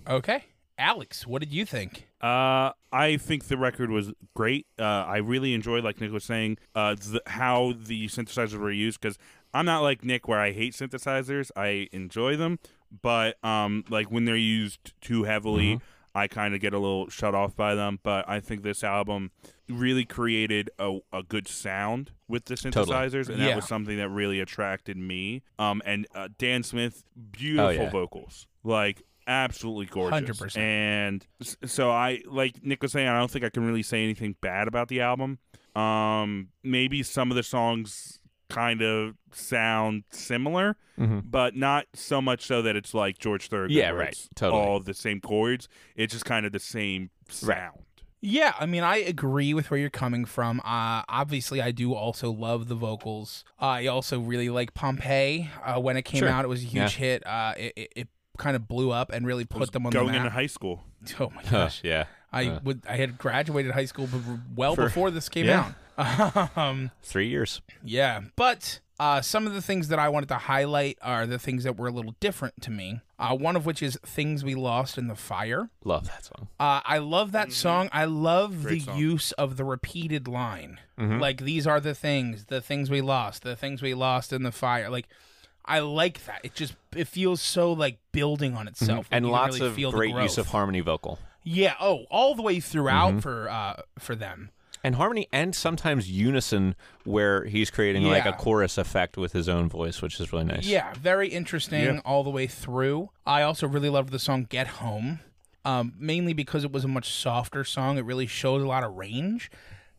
A: Okay. Alex, what did you think?
C: Uh, I think the record was great. Uh, I really enjoyed, like Nick was saying, uh, the, how the synthesizers were used because I'm not like Nick where I hate synthesizers. I enjoy them, but um, like when they're used too heavily, I kind of get a little shut off by them. But I think this album really created a, a good sound with the synthesizers, and that
A: Yeah.
C: was something that really attracted me. Um, and uh, Dan Smith, beautiful
B: yeah.
C: vocals, like absolutely gorgeous,
A: 100%.
C: and s- so I like Nick was saying. I don't think I can really say anything bad about the album. Um, maybe some of the songs kind of sound similar,
A: Mm-hmm.
C: but not so much so that it's like George Thorogood.
B: Yeah,
C: where
B: right.
C: it's
B: Totally.
C: All the same chords. It's just kind of the same sound.
A: Yeah, I mean, I agree with where you're coming from. Uh, obviously, I do also love the vocals. I also really like Pompeii. Uh, when it came
B: Sure.
A: out, it was a huge
B: Yeah.
A: hit. Uh, it, it, it kind of blew up and really
C: I was
A: put them on the
C: going
A: map.
C: into high school.
A: oh my gosh,
B: yeah.
A: I would I had graduated high school be- well
B: For-
A: before this came
B: yeah.
A: out. um,
B: Three years.
A: yeah, but uh, some of the things that I wanted to highlight are the things that were a little different to me. Uh, one of which is things we lost in the fire.
B: Love that song.
A: Uh, I love
B: Mm-hmm.
A: that song. I love
C: Great
A: the
C: song.
A: use of the repeated line.
B: Mm-hmm.
A: Like these are the things, the things we lost, the things we lost in the fire. Like I like that. It just it feels so like building on itself, Like,
B: Mm-hmm. and
A: you can
B: lots
A: really
B: of
A: feel the
B: great use of Mm-hmm.
A: growth.
B: harmony vocal.
A: Yeah. Oh, all the way throughout for uh for them.
B: And harmony and sometimes unison where he's creating like a
A: Yeah.
B: chorus effect with his own voice, which is really nice.
A: Yeah, very interesting
C: Yeah.
A: all the way through. I also really loved the song "Get Home." um, mainly because it was a much softer song. It really shows a lot of range.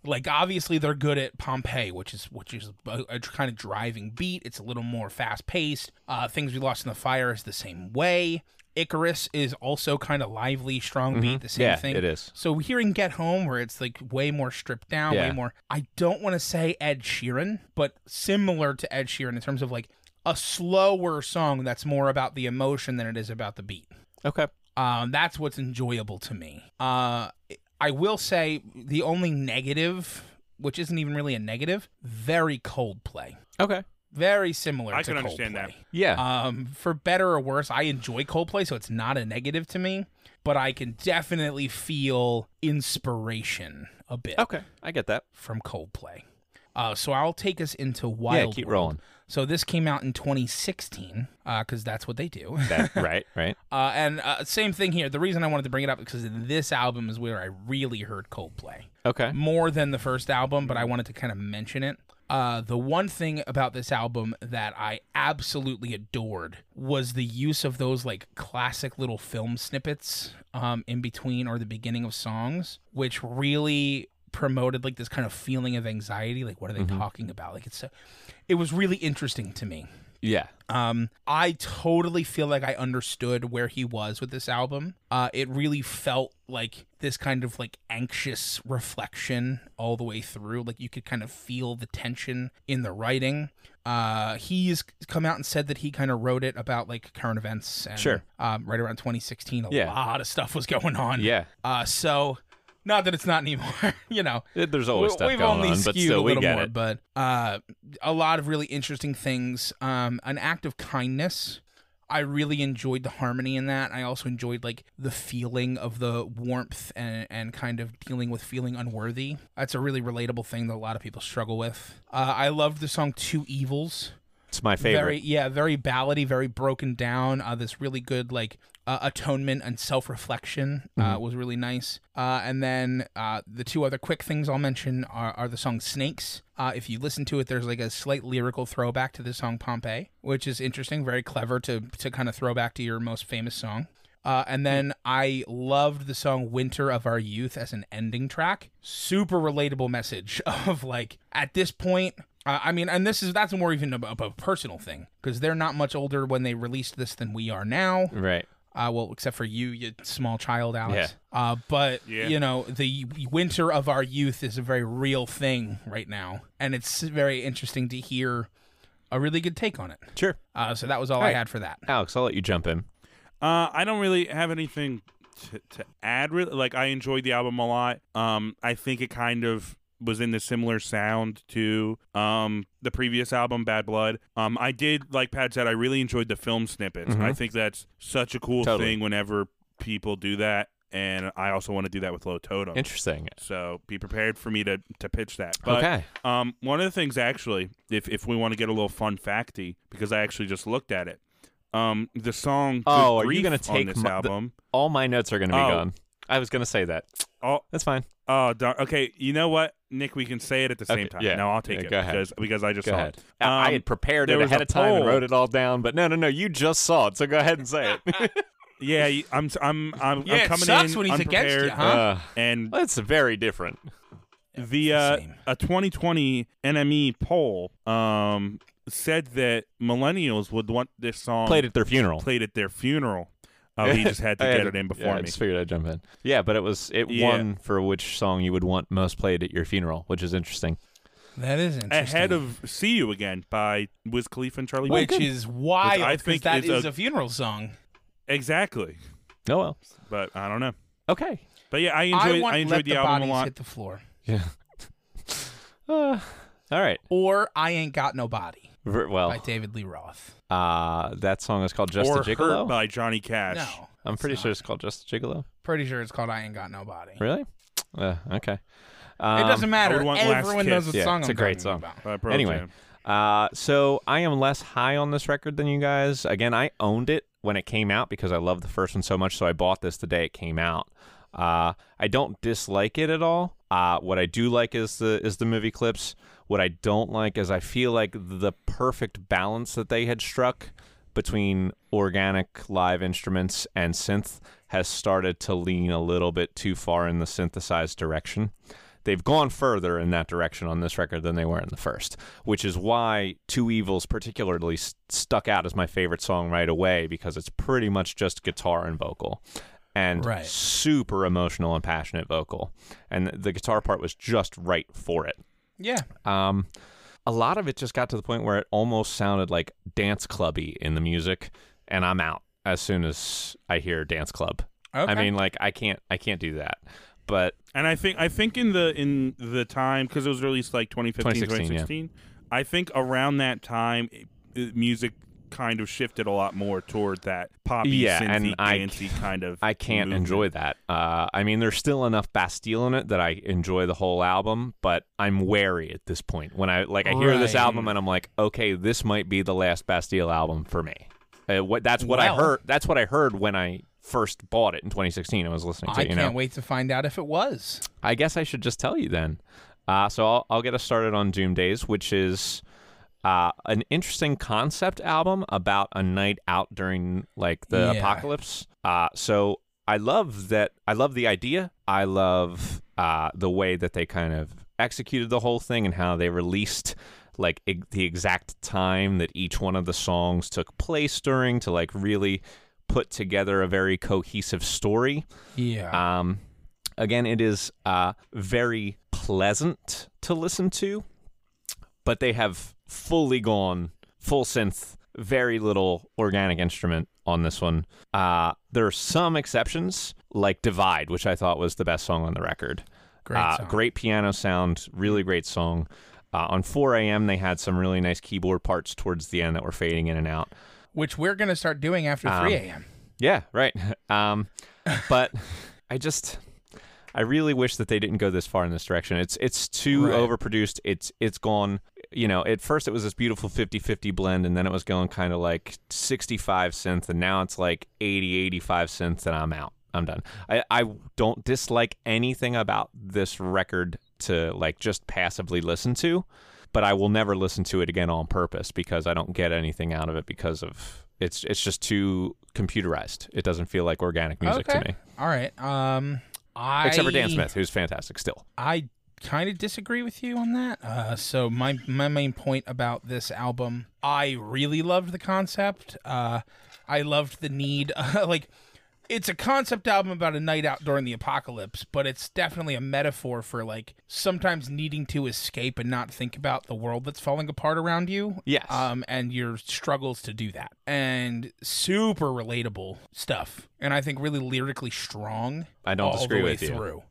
A: Like obviously they're good at Pompeii, which is which is a, a kind of driving beat. It's a little more fast paced. Uh, Things We Lost in the Fire is the same way. Icarus is also kind of lively, strong beat, the same
B: Mm-hmm. Yeah,
A: thing.
B: it is.
A: So hearing Get Home, where it's like way more stripped down, way
B: Yeah.
A: more. I don't want to say Ed Sheeran, but similar to Ed Sheeran in terms of like a slower song that's more about the emotion than it is about the beat.
B: Okay.
A: Um, that's what's enjoyable to me. Uh, I will say the only negative, which isn't even really a negative, very Coldplay,
B: Okay.
A: very similar.
C: I
A: to
C: can understand
A: Coldplay.
C: that.
B: Yeah.
A: Um, for better or worse, I enjoy Coldplay, so it's not a negative to me. But I can definitely feel inspiration a bit
B: okay. I get that.
A: from Coldplay. Uh, so I'll take us into
B: Yeah.
A: Wild.
B: Keep
A: World.
B: rolling.
A: So this came out in 2016 because that's what they do.
B: That right. Right.
A: Uh, and uh, same thing here. The reason I wanted to bring it up is because this album is where I really heard Coldplay
B: Okay.
A: more than the first album, but I wanted to kind of mention it. Uh, the one thing about this album that I absolutely adored was the use of those like classic little film snippets um, in between or the beginning of songs, which really promoted like this kind of feeling of anxiety. Like, what are they talking about? Like, it's so, it was really interesting to me.
B: Yeah.
A: Um, I totally feel like I understood where he was with this album. Uh, it really felt like this kind of like anxious reflection all the way through. Like you could kind of feel the tension in the writing. Uh, he's come out and said that he kind of wrote it about like current events. And,
B: Sure.
A: Um, right around 2016, a
B: Yeah.
A: lot of stuff was going on.
B: Yeah.
A: Uh, so not that it's not anymore. you know,
B: It- There's always
A: we-
B: stuff
A: we've
B: going
A: only
B: on,
A: skewed
B: but still
A: a
B: we
A: little
B: get
A: more,
B: it.
A: But uh, a lot of really interesting things. Um, an act of kindness. I really enjoyed the harmony in that. I also enjoyed like the feeling of the warmth and, and kind of dealing with feeling unworthy. That's a really relatable thing that a lot of people struggle with. Uh, I loved the song Two Evils.
B: It's my favorite.
A: Very yeah, very ballady, very broken down. Uh, this really good like uh, atonement and self reflection uh, was really nice. Uh, and then uh, the two other quick things I'll mention are, are the song Snakes. Uh, if you listen to it, there's like a slight lyrical throwback to the song Pompeii, which is interesting, very clever to to kind of throw back to your most famous song. Uh,
C: Hmm.
A: and then I loved the song Winter of Our Youth as an ending track. Super relatable message of like, at this point, uh, I mean, and this is, that's more even of a, of a personal thing because they're not much older when they released this than we are now.
B: right.
A: Uh, well, except for you, you small child, Alex. Uh, but,
C: Yeah.
A: you know, the winter of our youth is a very real thing right now. And it's very interesting to hear a really good take on it.
B: Sure.
A: Uh, so that was all I
B: Right.
A: had for that.
B: Alex, I'll let you jump in.
C: Uh, I don't really have anything to, to add. Really, like I enjoyed the album a lot. Um, I think it kind of was in the similar sound to um the previous album, Bad Blood. Um, I did like Pat said, I really enjoyed the film snippets.
B: Mhm.
C: I think that's such a cool
B: Totally.
C: thing whenever people do that, and I also want to do that with Low Totem.
B: Interesting.
C: so be prepared for me to, to pitch that. But
B: okay.
C: um, one of the things actually, if if we want to get a little fun facty, because I actually just looked at it, um, the song. Good
B: Oh, are you
C: Grief
B: gonna
C: on
B: take
C: this
B: my- the-
C: album?
B: All my notes are going to be
C: Oh.
B: gone. I was going to say that.
C: Oh,
B: That's fine.
C: oh, darn. Okay, you know what, Nick? We can say it at the same
B: Okay,
C: time.
B: yeah.
C: No, I'll take
B: Yeah,
C: it
B: go ahead.
C: because because I just
B: Go
C: saw
B: ahead.
C: it.
B: I- I
C: Um,
B: had prepared
C: there
B: it
C: was
B: ahead
C: a
B: of time and
C: poll.
B: wrote it all down, but no, no, no. You just saw it, so go ahead and say it.
C: Yeah, you- I'm s- I'm I'm,
A: Yeah,
C: I'm
A: it
C: coming
A: sucks
C: in
A: when he's against you,
C: unprepared,
A: huh?
B: uh,
C: And
B: that's very different.
C: the
A: it's the
C: uh,
A: same.
C: a 2020 NME E poll um said that millennials would want this song
B: Played at their funeral.
C: played at their funeral. Oh, he just had to
B: I
C: get
B: had-
C: it in before
B: yeah, I
C: me.
B: just figured I'd jump in. Yeah, but it was it
C: Yeah.
B: won for which song you would want most played at your funeral, which is interesting.
A: That is interesting.
C: ahead of "See You Again" by Wiz Khalifa and
B: Oh,
C: Charlie.
A: which
C: Puth.
A: is wild
C: Which I
A: 'cause
C: think
A: that
C: is
A: is a,
C: a-
A: funeral song.
C: exactly,
B: Oh well.
C: but I don't know.
B: Okay.
C: But yeah, I enjoyed.
A: I
C: I,
A: want
C: enjoyed
A: let the,
C: the, album
A: bodies
C: a lot.
A: hit the floor,
B: Yeah. uh, all right.
A: or I ain't got no body
B: Ver- well,
A: by David Lee Roth.
B: uh, that song is called Just
C: or
B: a Gigolo.
C: "Hurt" by Johnny Cash.
A: No,
B: I'm pretty
A: it's
B: sure
A: not.
B: it's called Just a Gigolo.
A: Pretty sure it's called I ain't got no body.
B: Really? Uh, okay.
A: It
B: Um,
A: doesn't
C: I
A: matter.
C: would want Last
A: Everyone
C: Kiss.
A: knows what
B: Yeah,
A: song
B: it's
A: I'm
B: a great
A: talking
B: song.
A: about.
C: By Pearl
B: Anyway.
C: Jam.
B: Uh, so I am less high on this record than you guys. Again, I owned it when it came out because I loved the first one so much, so I bought this the day it came out. Uh, I don't dislike it at all. Uh, what I do like is the is the movie clips. What I don't like is I feel like the perfect balance that they had struck between organic live instruments and synth has started to lean a little bit too far in the synthesized direction. They've gone further in that direction on this record than they were in the first, which is why Two Evils particularly s- stuck out as my favorite song right away because it's pretty much just guitar and vocal and
A: Right.
B: super emotional and passionate vocal. And the guitar part was just right for it.
A: Yeah.
B: Um, a lot of it just got to the point where it almost sounded like dance clubby in the music, and I'm out as soon as I hear dance club.
A: Okay.
B: I mean, like I can't, I can't do that. But
C: And I think I think in the in the time because it was released like 2015,
B: 2016,
C: 2016.
B: yeah.
C: I think around that time, i- i- music kind of shifted a lot more toward that poppy,
B: Yeah,
C: synthy,
B: and I-
C: dancey kind of.
B: I can't
C: movement.
B: enjoy that. Uh, I mean, there's still enough Bastille in it that I enjoy the whole album, but I'm wary at this point. When I like, I hear this
A: Right.
B: album and I'm like, okay, this might be the last Bastille album for me. Uh, what, that's what
A: Well-
B: I heard. That's what I heard when I first bought it in 2016. I was listening to
A: I
B: it. You
A: can't
B: know?
A: wait to find out if it was.
B: I guess I should just tell you then. Uh, so I'll, I'll get us started on Doom Days, which is uh, an interesting concept album about a night out during like the
A: Yeah.
B: apocalypse. Uh, so I love that. I love the idea. I love uh, the way that they kind of executed the whole thing and how they released like e- the exact time that each one of the songs took place during to like really put together a very cohesive story.
A: Yeah.
B: Um, again, it is uh, very pleasant to listen to, but they have fully gone full synth, very little organic instrument on this one. Uh, there are some exceptions, like Divide, which I thought was the best song on the record.
A: Great
B: Uh,
A: song.
B: great piano sound, really great song. Uh, on 4 a.m., they had some really nice keyboard parts towards the end that were fading in and out.
A: Which we're gonna start doing after 3
B: Um,
A: a.m.
B: Yeah, right. Um, but I just, I really wish that they didn't go this far in this direction. It's it's too
A: Right.
B: overproduced. It's it's gone. You know, at first it was this beautiful 50-50 blend, and then it was going kind of like 65 synth, and now it's like 80, 85 synth, and I'm out. I'm done. I, I don't dislike anything about this record to like just passively listen to, but I will never listen to it again on purpose because I don't get anything out of it because of it's it's just too computerized. It doesn't feel like organic music
A: okay.
B: to me.
A: All right. Um, I
B: Except for Dan Smith, who's fantastic still.
A: I kind of disagree with you on that. Uh, so my my main point about this album, I really loved the concept. Uh, I loved the need, like. It's a concept album about a night out during the apocalypse, but it's definitely a metaphor for like sometimes needing to escape and not think about the world that's falling apart around you
B: Yes.
A: um, and your struggles to do that. And super relatable stuff. And I think really lyrically strong.
B: I don't
A: all
B: disagree
A: the way
B: with you.
A: Through.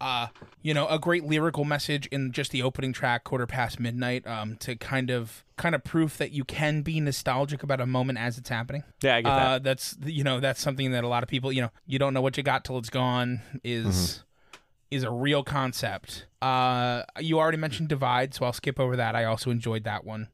A: Uh, you know, a great lyrical message in just the opening track, quarter past midnight, um, to kind of kind of proof that you can be nostalgic about a moment as it's happening.
B: yeah, I get that.
A: Uh, that's you know that's something that a lot of people you know you don't know what you got till it's gone is
B: Mm-hmm.
A: is a real concept. Uh, you already mentioned divide, so I'll skip over that. I also enjoyed that one.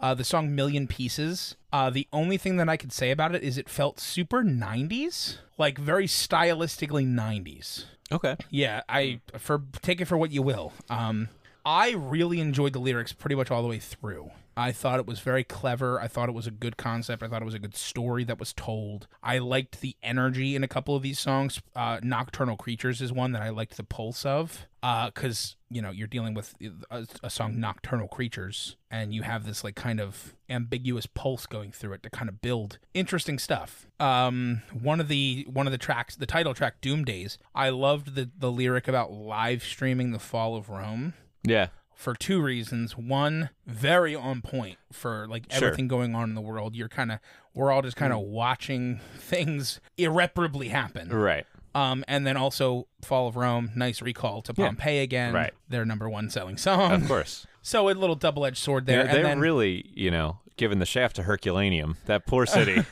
A: Uh, the song Million Pieces. Uh, the only thing that I could say about it is it felt super 90s, like very stylistically 90s.
B: Okay.
A: Yeah, I for take it for what you will. Um, I really enjoyed the lyrics pretty much all the way through. I thought it was very clever. I thought it was a good concept. I thought it was a good story that was told. I liked the energy in a couple of these songs. Uh, Nocturnal Creatures is one that I liked the pulse of because Uh, you know you're dealing with a, a song Nocturnal Creatures and you have this like kind of ambiguous pulse going through it to kind of build interesting stuff. Um, one of the one of the tracks, the title track Doom Days, I loved the the lyric about live streaming the fall of Rome
B: Yeah.
A: for two reasons. One, very on point for like
B: Sure.
A: everything going on in the world. You're kind of we're all just kind of watching things irreparably happen.
B: Right.
A: Um, and then also Fall of Rome, nice recall to
B: Yeah.
A: Pompeii again.
B: Right.
A: Their number one selling song.
B: Of course.
A: So a little double edged sword Mm. there.
B: They're,
A: and
B: they're
A: then,
B: really, you know, giving the shaft to Herculaneum, that poor city.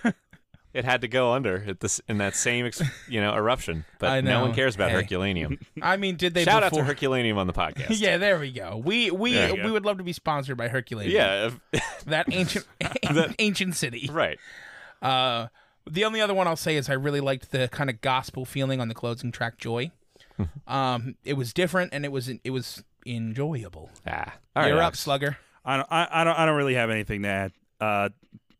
B: it had to go under at this in that same, ex, you know, eruption.
A: I
B: But no one
A: know.
B: cares about
A: Hey.
B: Herculaneum.
A: I mean, did they
B: Shout out
A: before?
B: to Herculaneum on the podcast.
A: yeah, there we go. We we
B: There you
A: we
B: go.
A: would love to be sponsored by Hercules.
B: Yeah.
A: that ancient ancient city.
B: right.
A: Uh, the only other one I'll say is I really liked the kind of gospel feeling on the closing track "Joy." um, it was different and it was it was enjoyable.
B: Ah. All right,
A: You're up,
B: Alex.
A: Slugger.
C: I don't. I, I don't. I don't really have anything to add. Uh,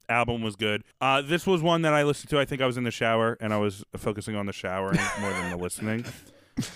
C: album was good. Uh, this was one that I listened to. I think I was in the shower and I was focusing on the showering more than the listening.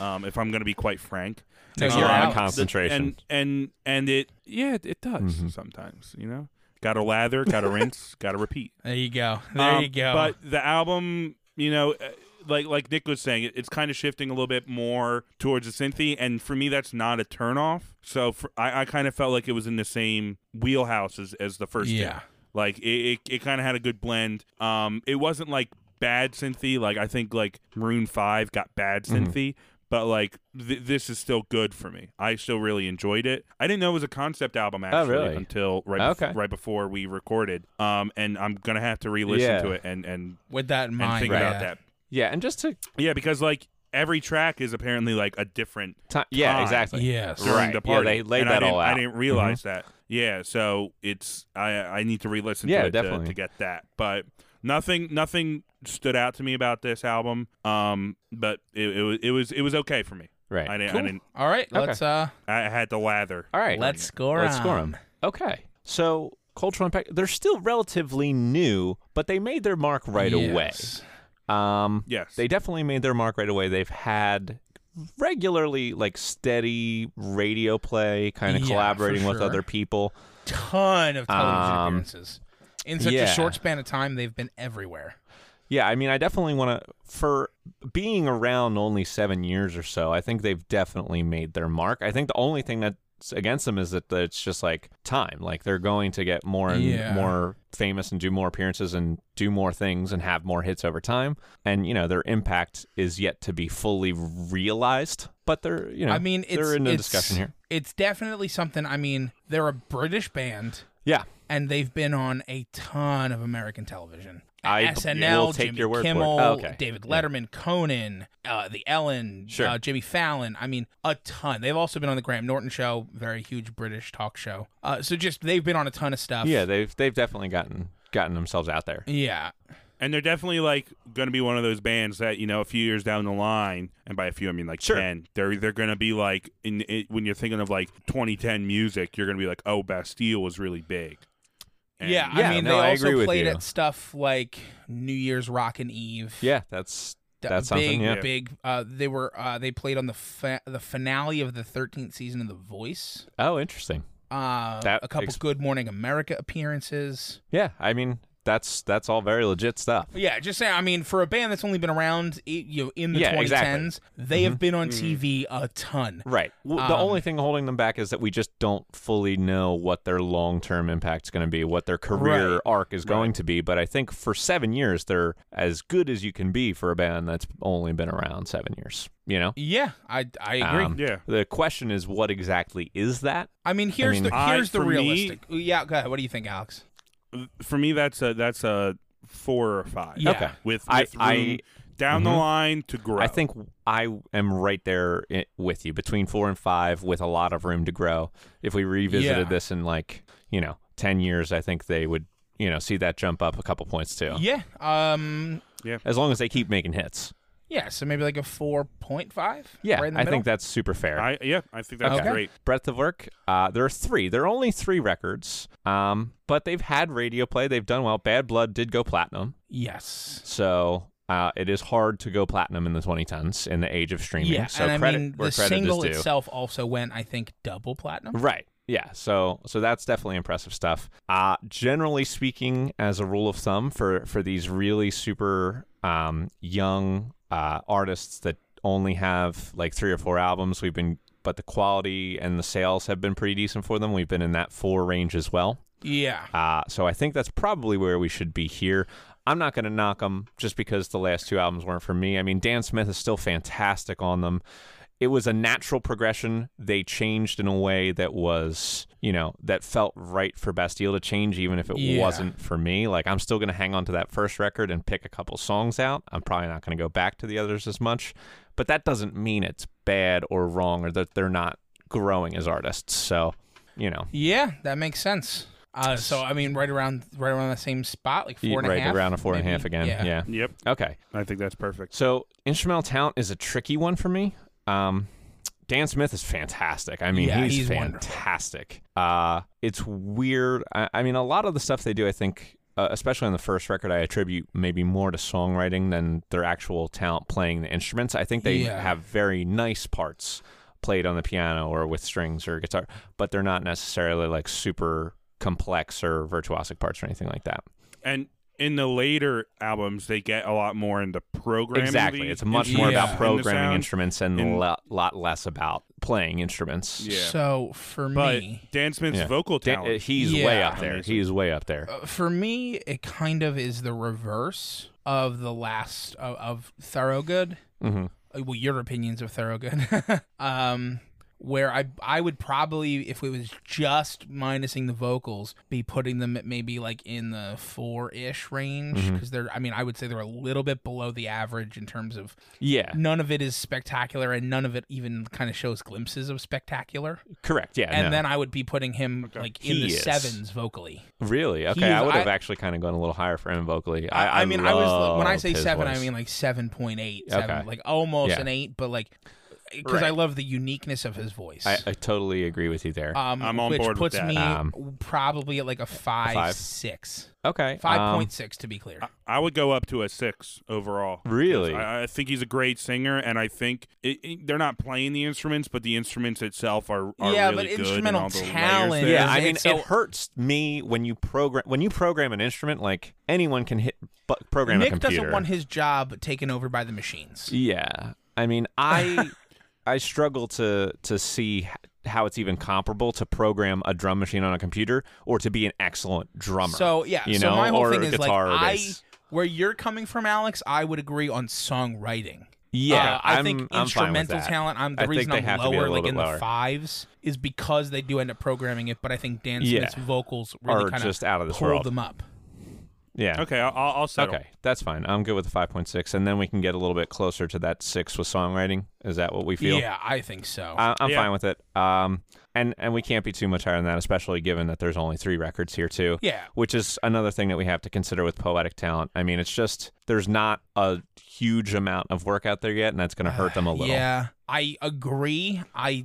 C: Um, if I'm going to be quite frank, Um,
A: Takes
B: a
A: you're
B: lot
A: out.
B: of concentration. Mm-hmm.
C: and and and it yeah it, it does sometimes you know. Got to lather, got to rinse, got to repeat.
A: There you go. There
C: Um,
A: you go.
C: But the album, you know, uh, like like Nick was saying, it, it's kind of shifting a little bit more towards the synthy, and for me, that's not a turnoff. So for, I, I kind of felt like it was in the same wheelhouse as, as the first
A: Yeah.
C: two. Like it, it, it kind of had a good blend. Um, it wasn't like bad synthy. Like I think like Maroon Five got bad
A: Mm-hmm.
C: synthy. But like th- this is still good for me. I still really enjoyed it. I didn't know it was a concept album
A: Oh,
C: actually
B: really?
C: until right bef-
B: Okay.
C: right before we recorded. Um, and I'm gonna have to re-listen
B: Yeah.
C: to it and and,
A: with that in
C: and
A: mind,
C: think
A: yeah.
C: about that.
B: yeah, and just to
C: Yeah, because like every track is apparently like a different
B: ti yeah,
C: Time.
B: exactly.
A: Yes.
C: during
B: Right.
C: the
B: Yeah,
C: party.
B: they laid
C: and I
B: that
C: didn't-
B: all
C: I
B: out. Mm-hmm.
C: didn't realize that. Yeah, so it's I I need to re-listen
B: Yeah,
C: to it to,
B: definitely.
C: to get that. But nothing nothing stood out to me about this album. Um, but it it was it was, it was okay for me.
B: Right.
C: I didn't I
A: Cool.
C: didn't
A: All right.
B: Okay.
A: Let's uh
C: I had to lather.
B: All right.
A: let's score.
B: Let's score 'em. Okay. So cultural impact. They're still relatively new, but they made their mark right
A: Yes.
B: away. Um,
C: Yes.
B: they definitely made their mark right away. They've had regularly like steady radio play, kind of
A: Yeah, for
B: collaborating with
A: sure.
B: other people.
A: Ton of television
B: Um,
A: appearances. In such
B: yeah.
A: a short span of time, they've been everywhere.
B: Yeah, I mean, I definitely want to for being around only 7 years or so. I think they've definitely made their mark. I think the only thing that's against them is that that it's just like time. Like they're going to get more and
A: Yeah.
B: more famous and do more appearances and do more things and have more hits over time. And you know, their impact is yet to be fully realized, but they're, you know,
A: I mean, it's
B: they're in a
A: it's-
B: discussion here.
A: It's definitely something. I mean, they're a British band,
B: Yeah.
A: and they've been on a ton of American television.
B: I b-
A: SNL,
B: will take
A: Jimmy
B: your word for it.
A: Kimmel,
B: Oh, okay.
A: David
B: Yeah.
A: Letterman, Conan, uh, the Ellen,
B: Sure.
A: uh, Jimmy Fallon. I mean, a ton. They've also been on the Graham Norton show, very huge British talk show. Uh, so just they've been on a ton of stuff.
B: Yeah, they've they've definitely gotten gotten themselves out there.
A: yeah.
C: And they're definitely like going to be one of those bands that you know a few years down the line, and by a few I mean like
B: Sure.
C: ten. They're they're going to be like in it, when you're thinking of like 2010 music, you're going to be like, oh, Bastille was really big. And-
A: yeah,
B: Yeah,
A: I mean,
B: no,
A: they
B: I
A: also
B: agree with
A: played
B: you.
A: at stuff like New Year's Rockin' Eve.
B: Yeah, that's
A: Th-
B: that's
A: big,
B: something, yeah.
A: big. Uh, they were uh, they played on the fa- the finale of the 13th season of The Voice.
B: Oh, interesting.
A: Uh,
B: That
A: a couple
B: ex-
A: Good Morning America appearances.
B: Yeah, I mean that's that's all very legit stuff.
A: Yeah, just saying. I mean, for a band that's only been around, i- you know, in the
B: Yeah,
A: 2010s,
B: exactly. Mm-hmm.
A: they have been on TV a ton.
B: Right. W the
A: Um,
B: only thing holding them back is that we just don't fully know what their long term impact's going to be, what their career
A: Right.
B: arc is going to be. But I think for seven years, they're as good as you can be for a band that's only been around seven years. You know.
A: Yeah, I I agree.
B: Um,
C: Yeah.
B: The question is, what exactly is that?
A: I mean, here's
B: mean-
A: the
C: I-
A: here's the
C: for me-
A: realistic. yeah, go ahead. What do you think, Alex?
C: for me that's a that's a four or five.
A: Yeah.
B: Okay.
C: with,
B: I-
C: with room down the
B: Mhm.
C: line to grow.
B: I think I am right there i- with you between four and five, with a lot of room to grow. If we revisited
A: Yeah.
B: this in like you know ten years, I think they would you know see that jump up a couple points too.
A: Yeah. Um.
B: As long as they keep making hits.
A: Yeah. So maybe like a 4.5.
B: Yeah,
A: Right in the
B: I
A: middle?
B: think that's super fair.
C: I yeah, I think that's
A: Okay.
C: great.
B: Breadth of work. Uh, there are three. There are only three records, um, but they've had radio play. They've done well. Bad Blood did go platinum,
A: yes.
B: so uh, it is hard to go platinum in the 2010s in the age of streaming.
A: Yeah,
B: so
A: and
B: credit
A: I mean
B: where
A: the
B: credit
A: single
B: is due.
A: itself also went, I think, double platinum.
B: Right. Yeah. So so that's definitely impressive stuff. Uh generally speaking, as a rule of thumb for for these really super um young uh artists that only have like three or four albums, we've been but the quality and the sales have been pretty decent for them. We've been in that four range as well.
A: Yeah,
B: Uh, so I think that's probably where we should be here. I'm not going to knock them just because the last two albums weren't for me. I mean, Dan Smith is still fantastic on them. It was a natural progression. They changed in a way that was, you know, that felt right for Bastille to change, even if it
A: Yeah.
B: wasn't for me. Like, I'm still going to hang on to that first record and pick a couple songs out. I'm probably not going to go back to the others as much, but that doesn't mean it's bad or wrong or that they're not growing as artists. So, you know,
A: yeah, that makes sense. Uh, so I mean, right around right around the same spot, like four and a half.
B: right around a four and a
A: maybe?
B: half again. yeah.
C: Yep,
B: Okay.
C: I think that's perfect.
B: So instrumental talent is a tricky one for me. Um, Dan Smith is fantastic. I mean,
A: Yeah,
B: he's,
A: he's wonderful.
B: fantastic. Uh, it's weird. I, I mean, a lot of the stuff they do, I think, uh, especially on the first record, I attribute maybe more to songwriting than their actual talent playing the instruments. I think they
A: Yeah.
B: have very nice parts played on the piano or with strings or guitar, but they're not necessarily like super complex or virtuosic parts or anything like that.
C: And in the later albums, they get a lot more into programming.
B: Exactly.
C: the
B: It's much more
A: Yeah.
B: about
C: instruments and the
B: programming
C: sound.
B: instruments and a
C: In-
B: lot, lot less about playing instruments.
C: Yeah.
A: So for
C: But
A: me,
C: Dan Smith's
B: Yeah.
C: vocal
B: Da-
C: talent.
B: uh, he's way
A: Yeah.
B: up there.
C: Amazing.
B: He is way up there.
A: Uh, for me, it kind of is the reverse of the last of, of Thoroughgood.
B: hmm
A: Uh, Well, your opinions of Thoroughgood, um, where I I would probably, if it was just minusing the vocals, be putting them at maybe like in the four ish range
B: Mhm.
A: because they're. I mean, I would say they're a little bit below the average in terms of
B: Yeah,
A: none of it is spectacular and none of it even kind of shows glimpses of spectacular.
B: correct. Yeah,
A: And
B: no.
A: then I would be putting him like in
B: He
A: the
B: is.
A: sevens vocally.
B: Really? Okay,
A: is-
B: I would
A: I-
B: have actually kind of gone a little higher for him vocally.
A: I,
B: I,
A: I mean, I was when I
B: loved
A: say
B: his
A: seven, I
B: voice.
A: mean like seven point eight, seven,
B: Okay.
A: like almost
B: Yeah.
A: an eight, but like because I
B: Right.
A: love the uniqueness of his voice.
B: I, I totally agree with you there.
A: um,
C: I'm on
A: which
C: board with
A: puts
C: that.
A: me
B: Um,
A: probably at like a five,
B: five?
A: six,
B: okay,
A: five
B: um,
A: point six to be clear.
C: I would go up to a six overall.
B: Really?
C: I, I think he's a great singer, and I think it, it- they're not playing the instruments, but the instruments itself are, are
A: Yeah,
C: really
A: but
C: good and
A: instrumental
C: all the layers
A: talent
C: there.
B: Yeah,
A: is
B: I
A: it
B: mean,
A: so-
B: it hurts me when you program when you program an instrument. Like anyone can hit bu- program a
A: Nick
B: computer.
A: doesn't want his job taken over by the machines.
B: Yeah, I mean, I I struggle to to see h- how it's even comparable to program a drum machine on a computer or to be an excellent drummer.
A: So yeah,
B: you
A: so
B: know,
A: my whole
B: or
A: thing is like
B: guitar or
A: I,
B: bass.
A: where you're coming from, Alex, I would agree on songwriting.
B: yeah,
A: Uh, I
B: I'm-
A: think
B: I'm fine with
A: instrumental
B: that.
A: talent. I'm the
B: I think
A: reason
B: they
A: I'm
B: have to be a
A: lower,
B: little
A: like
B: bit
A: in
B: lower.
A: the fives, is because they do end up programming it. But I think Dan
B: Yeah.
A: Smith's vocals really
B: Are
A: kind
B: just
A: of
B: out of this
A: pull
B: world.
A: them up.
B: Yeah.
C: Okay, I'll, I'll I'll settle.
B: Okay, that's fine. I'm good with the 5.6, and then we can get a little bit closer to that six with songwriting. Is that what we feel?
A: Yeah, I think so.
B: I, I'm
C: Yeah.
B: fine with it. Um, and and we can't be too much higher than that, especially given that there's only three records here too.
A: Yeah.
B: which is another thing that we have to consider with poetic talent. I mean, it's just there's not a huge amount of work out there yet, and that's going to hurt them a little.
A: Yeah, I agree. I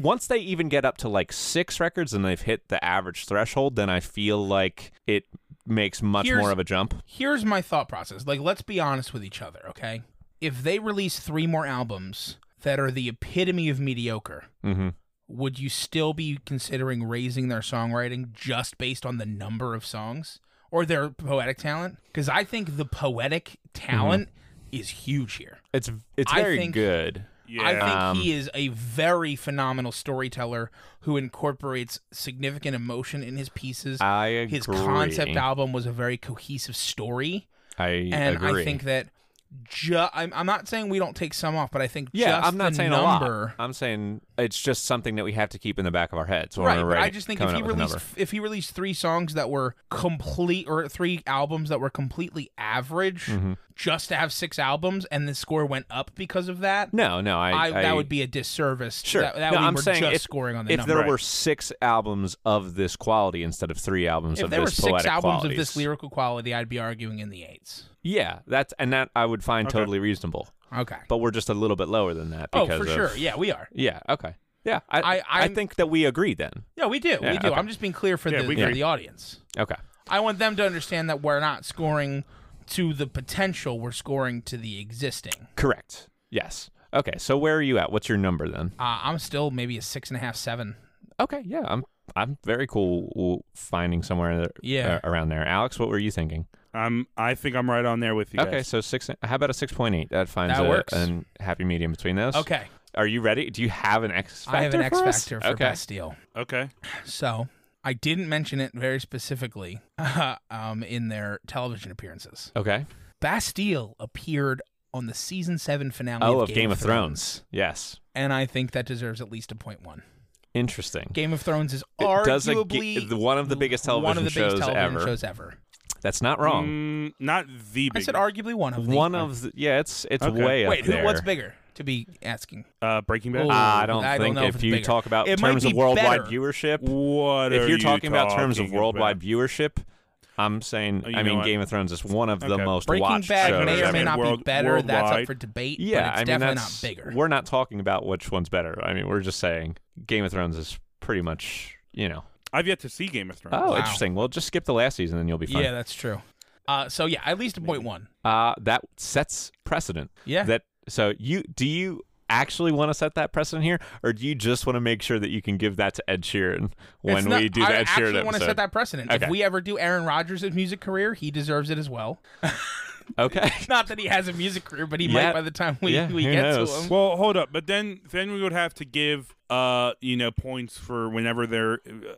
B: Once they even get up to like six records and they've hit the average threshold, then I feel like it makes much
A: Here's-
B: more of a jump.
A: here's my thought process. Like, let's be honest with each other, okay? If they release three more albums that are the epitome of mediocre,
B: hmm
A: would you still be considering raising their songwriting just based on the number of songs or their poetic talent? Because I think the poetic talent is huge here.
B: It's it's
A: I
B: very
A: think-
B: good.
C: Yeah.
A: I think
B: Um,
A: he is a very phenomenal storyteller who incorporates significant emotion in his pieces.
B: I agree.
A: his concept album was a very cohesive story,
B: I
A: and
B: agree.
A: I think that. Ju- I'm, I'm not saying we don't take some off, but I think
B: yeah,
A: just
B: I'm not
A: the
B: saying
A: number.
B: a lot. I'm saying it's just something that we have to keep in the back of our heads. When
A: right,
B: we're
A: but I
B: writing-
A: just think if
B: coming
A: he
B: up with a
A: released
B: number.
A: if he released three songs that were complete or three albums that were completely average,
B: Mm-hmm.
A: just to have six albums and the score went up because of that,
B: no, no, I,
A: I, that
B: I-
A: would be a disservice.
B: sure.
A: that, that
B: no,
A: would be
B: I'm
A: we're
B: saying
A: just
B: if,
A: scoring on the
B: if
A: number.
B: there were six albums of this quality instead of three albums
A: if
B: of
A: there were
B: this
A: six
B: poetic
A: albums
B: qualities,
A: of this lyrical quality, I'd be arguing in the eights.
B: yeah, that's and that I would find totally reasonable.
A: Okay.
B: But we're just a little bit lower than that
A: Oh,
B: because
A: for
B: of,
A: sure. Yeah, we are.
B: Yeah, okay, yeah, I
A: I- I'm-
B: think that we agree then.
A: Yeah, we do.
B: Yeah,
A: we do.
B: okay.
A: I'm just being clear for
C: Yeah,
A: the
C: we
A: for
C: agree.
A: the audience.
B: Okay,
A: I want them to understand that we're not scoring to the potential; we're scoring to the existing.
B: correct. Yes. Okay, so where are you at? What's your number then?
A: Uh, I'm still maybe a six and a half, seven.
B: Okay, yeah, I'm I'm very cool w- finding somewhere there,
A: Yeah.
B: uh, around there. Alex, what were you thinking?
C: I'm I think I'm right on there with you.
B: Okay,
C: guys.
B: so six. How about a six point eight? That finds
A: That
B: a,
A: works.
B: an happy medium between those.
A: Okay,
B: Are you ready? Do you have an X factor?
A: I have an X
B: for us?
A: factor for
B: okay.
A: Best Deal.
C: Okay.
A: So I didn't mention it very specifically um, in their television appearances.
B: Okay.
A: Bastille appeared on the season seven finale
B: Oh,
A: of Game, of Thrones.
B: Yes.
A: and I think that deserves at least a point one.
B: Interesting.
A: Game of Thrones is
B: It does a
A: arguably
B: ge- the- one of the biggest
A: one of
B: television
A: the biggest
B: shows
A: television
B: ever.
A: shows ever.
B: That's not wrong.
C: Mm, not the
A: I
C: big
A: said arguably one of the
B: one of the, yeah, it's it's
C: Okay.
B: way up
A: wait, who,
B: there. Ah,
A: what's bigger to be asking?
C: uh, Breaking Bad.
A: Ooh,
B: I don't
A: I don't
B: think
A: know if
B: if
A: it's
B: you
A: bigger.
B: talk about
A: It might
B: terms of
A: be
B: worldwide
A: better.
B: viewership,
C: what
B: if
C: are
B: you're
C: you
B: talking about terms of
C: talking
B: worldwide
C: about?
B: viewership, I'm saying
C: Oh, you
B: I
C: know
B: mean
C: what?
B: Game of Thrones is one of the
C: Okay.
B: most
A: Breaking
B: watched
A: Bad
B: shows
A: may or may
B: ever.
A: not be
C: World-
A: better. That's up
C: worldwide.
A: for debate.
B: Yeah,
A: but it's
B: I mean
A: definitely
B: that's
A: not bigger.
B: we're not talking about which one's better. I mean, we're just saying Game of Thrones is pretty much you know
C: I've yet to see Game of Thrones.
B: Oh,
A: Wow.
B: interesting. Well, just skip the last season and you'll be
A: Yeah,
B: fine.
A: that's true. Uh, so yeah, at least a point one.
B: Uh, that sets precedent.
A: Yeah.
B: That so you do you actually want to set that precedent here, or do you just want to make sure that you can give that to Ed Sheeran when
A: It's not-
B: we do
A: I
B: the Ed
A: actually
B: Sheeran
A: want
B: episode?
A: to set that precedent.
B: Okay.
A: If we ever do Aaron Rodgers' music career, he deserves it as well.
B: okay.
A: Not that he has a music career, but he
B: Yeah.
A: might by the time we,
B: Yeah,
A: we
B: who
A: get to
B: knows?
A: him.
C: Well, hold up, but then then we would have to give uh you know points for whenever their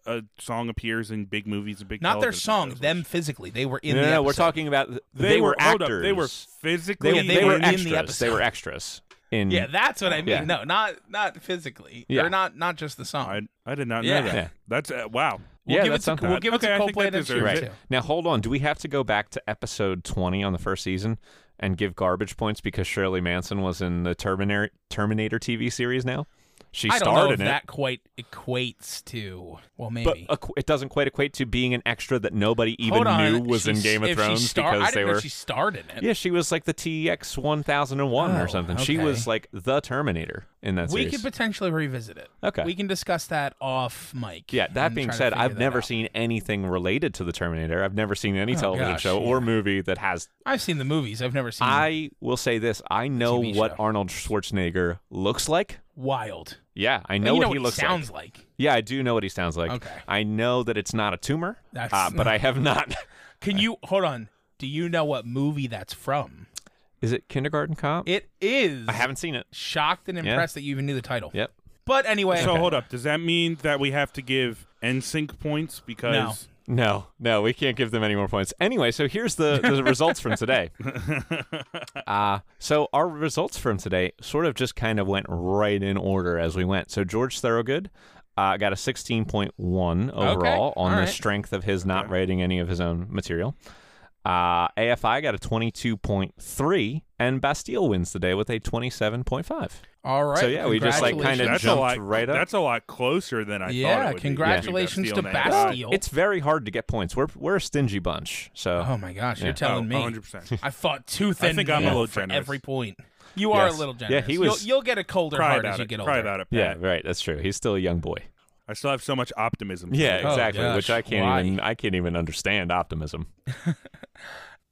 C: uh, a song appears in big movies and big.
A: Not their
C: television
A: song,
C: shows.
A: them physically. They were in
B: no,
A: the
B: no,
A: episode.
B: we're talking about th-
C: They,
B: were,
C: hold
B: actors.
C: up, they were
B: they,
C: physically.
A: Yeah,
B: they were
A: in the
B: extras. they were
A: episode.
B: extras in
A: Yeah, that's what I mean.
B: Yeah.
A: No, not not physically.
B: Yeah.
A: Or not not just the song.
C: I, I did not
A: Yeah.
C: know that.
B: Yeah.
C: That's uh, wow.
A: we'll
B: Yeah,
A: give
B: that's
A: it to,
B: something.
A: we'll give it to
C: Okay, I think
A: Coldplay
C: that
A: and Ed
C: deserves
A: Sheeran,
C: it.
A: too.
B: Now hold on. Do we have to go back to episode twenty on the first season and give garbage points because Shirley Manson was in the Terminator Terminator TV series now? She
A: I don't
B: starred
A: know if
B: in it.
A: that quite equates to well
B: But
A: maybe.
B: Uh, equ- it doesn't quite equate to being an extra that nobody even
A: Hold on.
B: knew was
A: she-
B: in Game of
A: if
B: Thrones
A: she star-
B: because
A: I didn't
B: they
A: know
B: were.
A: she starred in it.
B: yeah, she was like the TX one thousand and one
A: Oh,
B: or something. She
A: okay.
B: was like the Terminator in that
A: we
B: series.
A: could potentially revisit it.
B: Okay.
A: We can discuss that off mic.
B: yeah, that
A: I'm
B: being
A: trying to
B: said,
A: figure
B: I've
A: that
B: never
A: out.
B: seen anything related to the Terminator. I've never seen any
A: Oh,
B: television
A: gosh, Mm.
B: show
A: yeah.
B: or movie that has
A: I've seen the movies. I've never seen
B: I will say this: I know
A: TV
B: what
A: show.
B: Arnold Schwarzenegger looks like.
A: Wild.
B: Yeah, I know
A: you
B: what
A: know
B: he
A: what
B: looks
A: he
B: like.
A: sounds like.
B: Yeah, I do know what he sounds like.
A: Okay.
B: I know that it's not a tumor,
A: That's-
B: uh, but I have not.
A: Can you hold on? Do you know what movie that's from?
B: Is it Kindergarten Cop?
A: It is.
B: I haven't seen it.
A: shocked and
B: Yeah.
A: impressed that you even knew the title.
B: Yep.
A: But anyway,
C: So hold up, does that mean that we have to give NSYNC points because
A: No.
B: No, no, we can't give them any more points. Anyway, so here's the, the results from today. Uh, so our results from today sort of just kind of went right in order as we went. So George Thorogood uh, got a 16.1 overall
A: all
B: on the
A: right.
B: strength of his not rating any of his own material. Uh, AFI got a 22.3, and Bastille wins today with a 27.5.
A: all right.
B: So, yeah, we just, like,
A: congratulations.
B: kinda-
C: that's a
B: jumped
C: lot
B: right up.
C: That's a lot closer than I thought.
A: Yeah,
C: it would be.
A: congratulations to
C: Between
A: Bastille.
B: It's very hard to get points. We're we're a stingy bunch. So
A: Oh my gosh, you're
B: Yeah.
A: telling me.
C: 100. percent
A: I fought tooth
C: I
A: and
C: think I'm a
A: nail
C: little
A: for
C: generous.
A: every point. You are
B: Yes.
A: a little
B: Yeah,
A: generous.
B: he was-
A: You'll, you'll get a colder
C: Cry
A: heart
C: about
A: as you
C: it.
A: get older.
C: Cry about it.
B: yeah,
C: Pat.
B: right. That's true. He's still a young boy.
C: I still have so much optimism.
B: Yeah,
A: Oh,
B: exactly. Which
A: gosh,
B: I can't
A: why?
B: even I can't even understand optimism.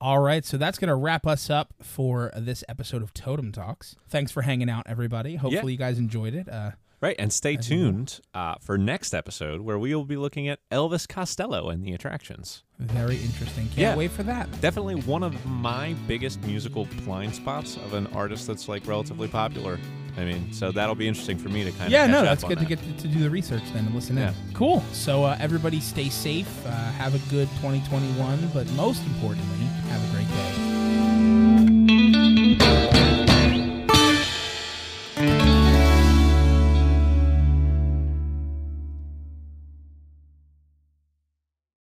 A: All right, so that's going to wrap us up for this episode of Totem Talks. Thanks for hanging out, everybody. Hopefully, you guys enjoyed it. Uh,
B: Right, and stay tuned uh, for next episode where we will be looking at Elvis Costello and the attractions.
A: very interesting. Can't
B: Yeah.
A: wait for that.
B: Definitely one of my biggest musical blind spots of an artist that's like relatively popular. I mean, so that'll be interesting for me to kind of
A: yeah,
B: catch
A: no,
B: up
A: that's
B: on
A: good
B: that.
A: to get to, to do the research then and listen
B: Yeah.
A: in. Cool. So, uh, everybody, stay safe. Uh, have a good 2021, but most importantly, have a great day.